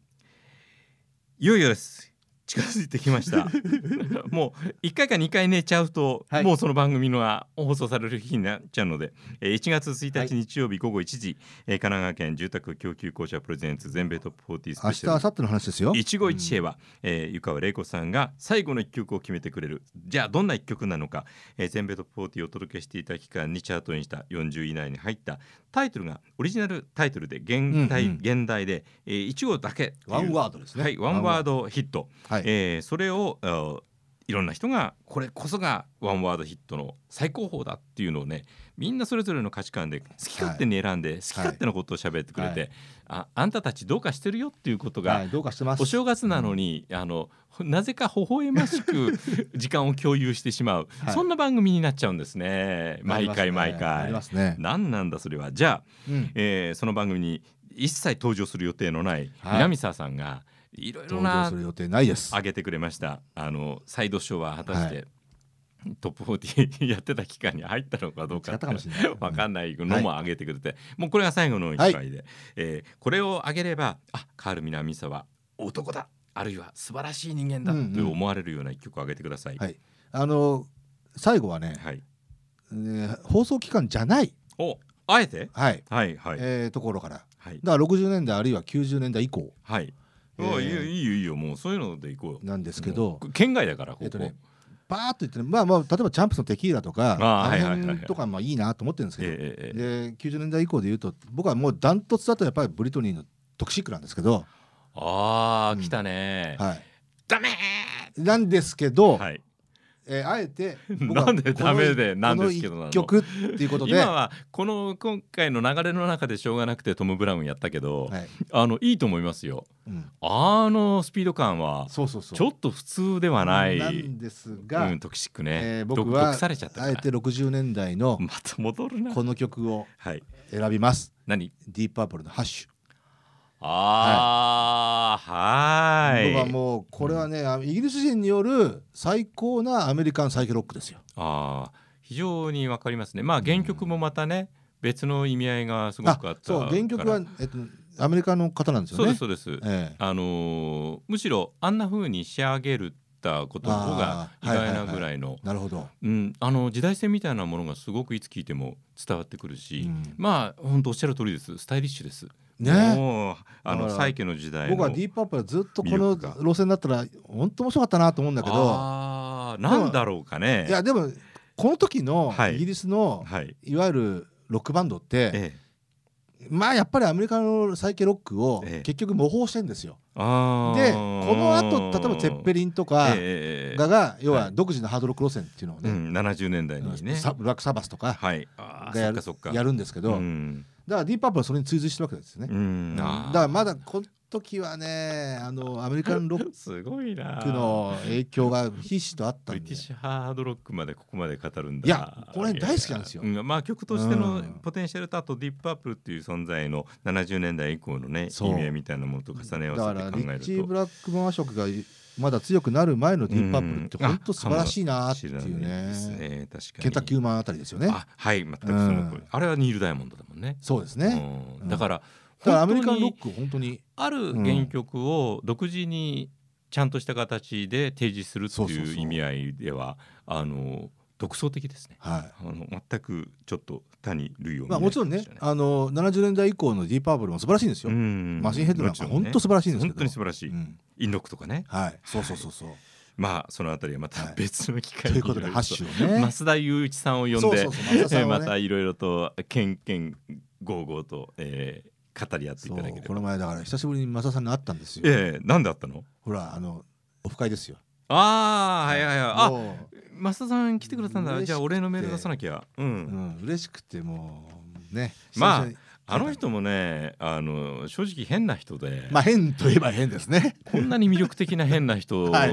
A: いよいよです近づいてきました もう1回か2回寝ちゃうと、
B: はい
A: もうその番組のは放送される日になっちゃうので、えー1月1日日曜日午後1時、えー神奈川県住宅供給公社プレゼンツ全米トップ40ス
B: 明
A: ペシャ
B: 日
A: ル
B: 明後日の話ですよ
A: 一期一会は、えー湯川玲子さんが最後の一曲を決めてくれるじゃあどんな一曲なのか、えー、全米トップ40をお届けしていた期間にチャートインした40位以内に入ったタイトルがオリジナルタイトルで現代,、
B: うんうん
A: 現代で、えー、1号だけという
B: ワンワードですね
A: はい、ワンワードヒット、
B: はい
A: えーそれをあーいろんな人がこれこそがワンワードヒットの最高峰だっていうのをねみんなそれぞれの価値観で好き勝手に選んで、好き勝手なことを喋ってくれて、
B: は
A: ああんたたちどうかしてるよっていうことが
B: はいどうかしてます
A: お正月なのに、あのなぜか微笑ましく 時間を共有してしまう、
B: はい
A: そんな番組になっちゃうんですね毎回毎
B: あ
A: 回
B: り。ますね
A: 何なんだそれはじゃあ、
B: うん
A: えーその番組に一切登場する予定のない
B: はい
A: 南沢さんがいろいろ
B: 登場
A: な
B: する予定ないです
A: 上げてくれましたあのサイドショーは果たして、
B: は
A: トップ40や ってた期間に入ったのかどうか
B: 違ったかもしれない
A: わかんないのも上げてくれて、もうこれが最後の1回で、えーこれを上げればあカール南沢男だあるいは素晴らしい人間だ
B: うんうん
A: と思われるような一曲を上げてください。
B: はいあの最後はね、
A: はい
B: えー放送期間じゃない、
A: おあえて
B: はい
A: はいはい、
B: えーところからだか
A: はい
B: ら60年代あるいは90年代以降
A: はい。
B: えー
A: おいいよいいよいいよもうそういうのでいこうよ。
B: なんですけど
A: もう県外だからここ、
B: えっとねバーッと言ってねまあまあ例えば「チャンプスのテキーラ」とか
A: あー
B: あ
A: はいはいはいはい
B: の辺とかまあいいなと思ってるんですけ
A: え
B: ど、
A: ーえーえー
B: で90年代以降で言うと僕はもうダントツだとやっぱりブリトニーの「トクシック」なんですけど、
A: あー来たね、
B: はい、
A: ダメ
B: なんですけど、
A: ーはい。
B: えーあ えて
A: なんでダメでなんですけどな
B: な
A: の
B: 曲っていうことで、
A: 今はこの今回の流れの中でしょうがなくてトム・ブラウンやったけど、
B: はい
A: あのいいと思いますよ
B: うん、
A: あのスピード感は
B: そうそうそう
A: ちょっと普通ではない
B: なんですが、
A: うん、トキシックね、
B: えー
A: 毒
B: 僕は
A: 毒されちゃったか
B: あ
A: ら
B: えて60年代の
A: また戻るな
B: この曲を
A: はい
B: 選びます
A: 何
B: ディープパープルのハッシュ、
A: あーはーい
B: 僕はもうこれはね、あのイギリス人による最高なアメリカンサイケロックですよ
A: あー非常にわかりますねまあ原曲もまたね、別の意味合いがすごくあ
B: あ
A: った
B: そう原曲は
A: か、
B: えっと、アメリカの方なんです
A: らそうで
B: よね
A: すそうです、
B: ええ
A: あのーむしろあんな風に仕上げるったことの方が意外なぐらいの
B: なるほど、
A: うんあの時代性みたいなものがすごくいつ聞いても伝わってくるし、
B: うん
A: まあ本当おっしゃる通りですスタイリッシュです。
B: ね
A: もうあ
B: だ
A: の
B: から
A: 最家の時代の
B: 僕はディープパープルはずっとこ
A: 魅
B: の
A: 力が
B: 路線だったら本当面白かったなと思うんだけど
A: あーなんだろうかね。
B: いやでもこの時の
A: はい
B: イギリスの
A: はい、
B: いわゆるロックバンドって、
A: ええ、
B: まあやっぱりアメリカのサイケロックを
A: ええ
B: 結局模倣してんですよ。
A: あ
B: でこの後例えばテッペ
A: リ
B: リンとか
A: ええええ
B: がが要
A: は
B: はい独自のハードロック路線っていうのを
A: う
B: ね、
A: ん、70年代にね。
B: サブラックサバスとか
A: はい、あー
B: がや
A: そっか
B: る
A: そっか
B: やるんですけど、
A: うん
B: だからディープアップはそれに追随してるわけですよ
A: う
B: ね。うん
A: ん、
B: だ
A: あー
B: からまだこの時はねあのアメリカンロッ
A: すごいな
B: クの影響がひしとあった
A: ブ
B: ん
A: リテ
B: で
A: ィッ。シュハードロックまでここまで語るんだ
B: いやこれ大好きなんですよ
A: いやうんまあ曲としての
B: うん
A: ポテンシャルとあとディップアップルっていう存在の70年代以降のね
B: そう
A: 意味合いみたいなものと重ね合
B: だ
A: わ
B: か
A: せて
B: ら
A: 考
B: リ
A: え
B: ッ
A: る
B: チー・
A: と
B: ブラックマンショクがまだ強くなる前のディープアップルって
A: うん
B: 本当素晴らしいなってい
A: 知ら
B: う
A: ない
B: ね
A: ですね確かに
B: ケンタッキーウーマンあたりですよね。
A: あはい全くその通り
B: うん
A: あれはニール・ダイヤモンドだもんね
B: そうですね。
A: うんだから
B: だからアメ
A: 本
B: リカ
A: 当
B: ンロ
A: に
B: ック本当に
A: ある
B: うん
A: 原曲を独自にちゃんとした形で提示するって
B: そうそう
A: い
B: そう
A: う意味合いではあの独創的ですね
B: は
A: あの全くちょっと他に類を
B: い。
A: 見
B: まあ
A: ない
B: もちろんね
A: 形だ、
B: あの70年代以降のディープアーブルも素晴らしいんですよ。マ
A: マ
B: シンヘッドなんか本当素晴らしいんですけど。
A: 本当に素晴らしい、
B: うん
A: インロックとかね
B: はい。そうそうそうそう。
A: まあそのあたりはま
B: は
A: た
B: い
A: 別の機
B: と
A: 会に
B: いうことで
A: ろろ
B: ハッシュ をね。
A: 増田雄一さんを呼んで
B: そうそうそう増田さ
A: え
B: んをね
A: ー またいろいろとけんけんごうごうと、えー語り合ってい
B: そ
A: た
B: う
A: だけれ
B: こ
A: ば
B: の前だから久しぶりにマサさんに会ったんですよ。
A: ええなんであったの
B: ほらあのオフ会ですよ。
A: ああはいはいはいあ
B: も
A: 増田さん来てくれたん
B: 嬉
A: だ
B: しくて
A: じゃあお礼のメール出さなきゃう
B: ううんん嬉しくてもうね。
A: まあ
B: 久々に
A: あの人もねあの正直変な人で、
B: まあ変といえば変ですね。
A: こんなに魅力的な変な人、
B: は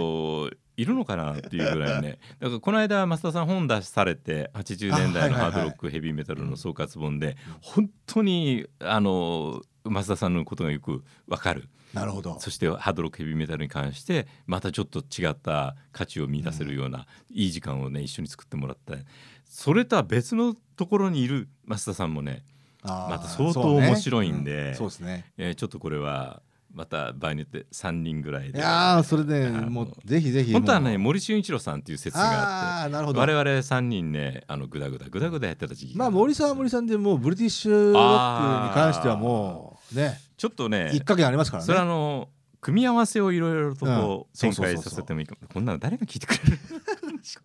B: い
A: い、るのかなっていうぐらいね だからこの間増田さん本出されて80年代の
B: あはいはいはい
A: ハードロックヘビーメタルの総括本で本当にあの増田さんのことがよくわかる
B: なるほど。
A: そしてハードロックヘビーメタルに関してまたちょっと違った価値を見出せるような、いい時間をね一緒に作ってもらってそれとは別のところにいる増田さんもね、
B: あー
A: また相当
B: そうね
A: 面白いんで
B: うそうですね。
A: えーちょっとこれはまた場合によって3人ぐらい
B: い
A: で
B: やーそれで
A: あの
B: もうぜひぜひ
A: 本当は
B: も
A: ね
B: う
A: 森俊一郎さんっていう説があって
B: ああーなるほど。
A: 我々3人ねあのグダグダグダグダやってた時期が
B: まあ森さんは森さんでもうブリティッシュロックに関してはもうね
A: ちょっとね
B: 一か月ありますから
A: それはあ
B: ね。
A: の組み合わせをいろいろとこ
B: うん
A: う
B: そ
A: 展
B: うそうそうそう
A: 開させてもいいかも、こんなの誰が聞いてくれる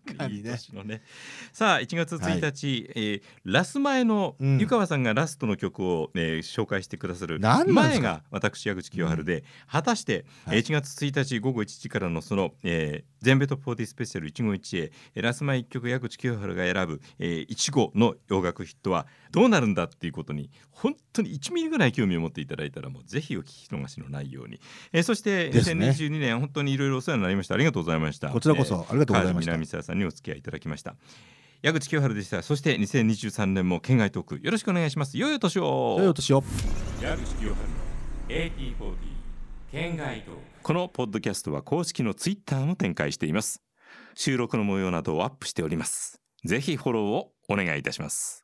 A: 確
B: かにね
A: いい年のね さあ1月1日、えーラス前の
B: うん
A: 湯川さんがラストの曲を、えー紹介してくださる
B: 何なんで
A: 前
B: すか
A: が私矢口清春で、果たして
B: はい
A: 1月1日午後1時からのその「えー全米トップ40スペシャル1 5 1へラス前1曲矢口清春が選ぶ「えー、いちご」の洋楽ヒットはどうなるんだっていうことに本当に1ミリぐらい興味を持っていただいたらもうぜひお聞き逃しのないように、えーそして
B: ですね
A: 2022年本当にいろいろお世話になりましたありがとうございました
B: こちらこそありがとうございました
A: 川上南沢さんにお付き合いいただきました矢口清春でしたそして2023年も県外トークよろしくお願いします良いお年を
B: 良いお年を。
A: 矢口清春の AT40 県外とこのポッドキャストは公式のツイッターも展開しています収録の模様などをアップしておりますぜひフォローをお願いいたします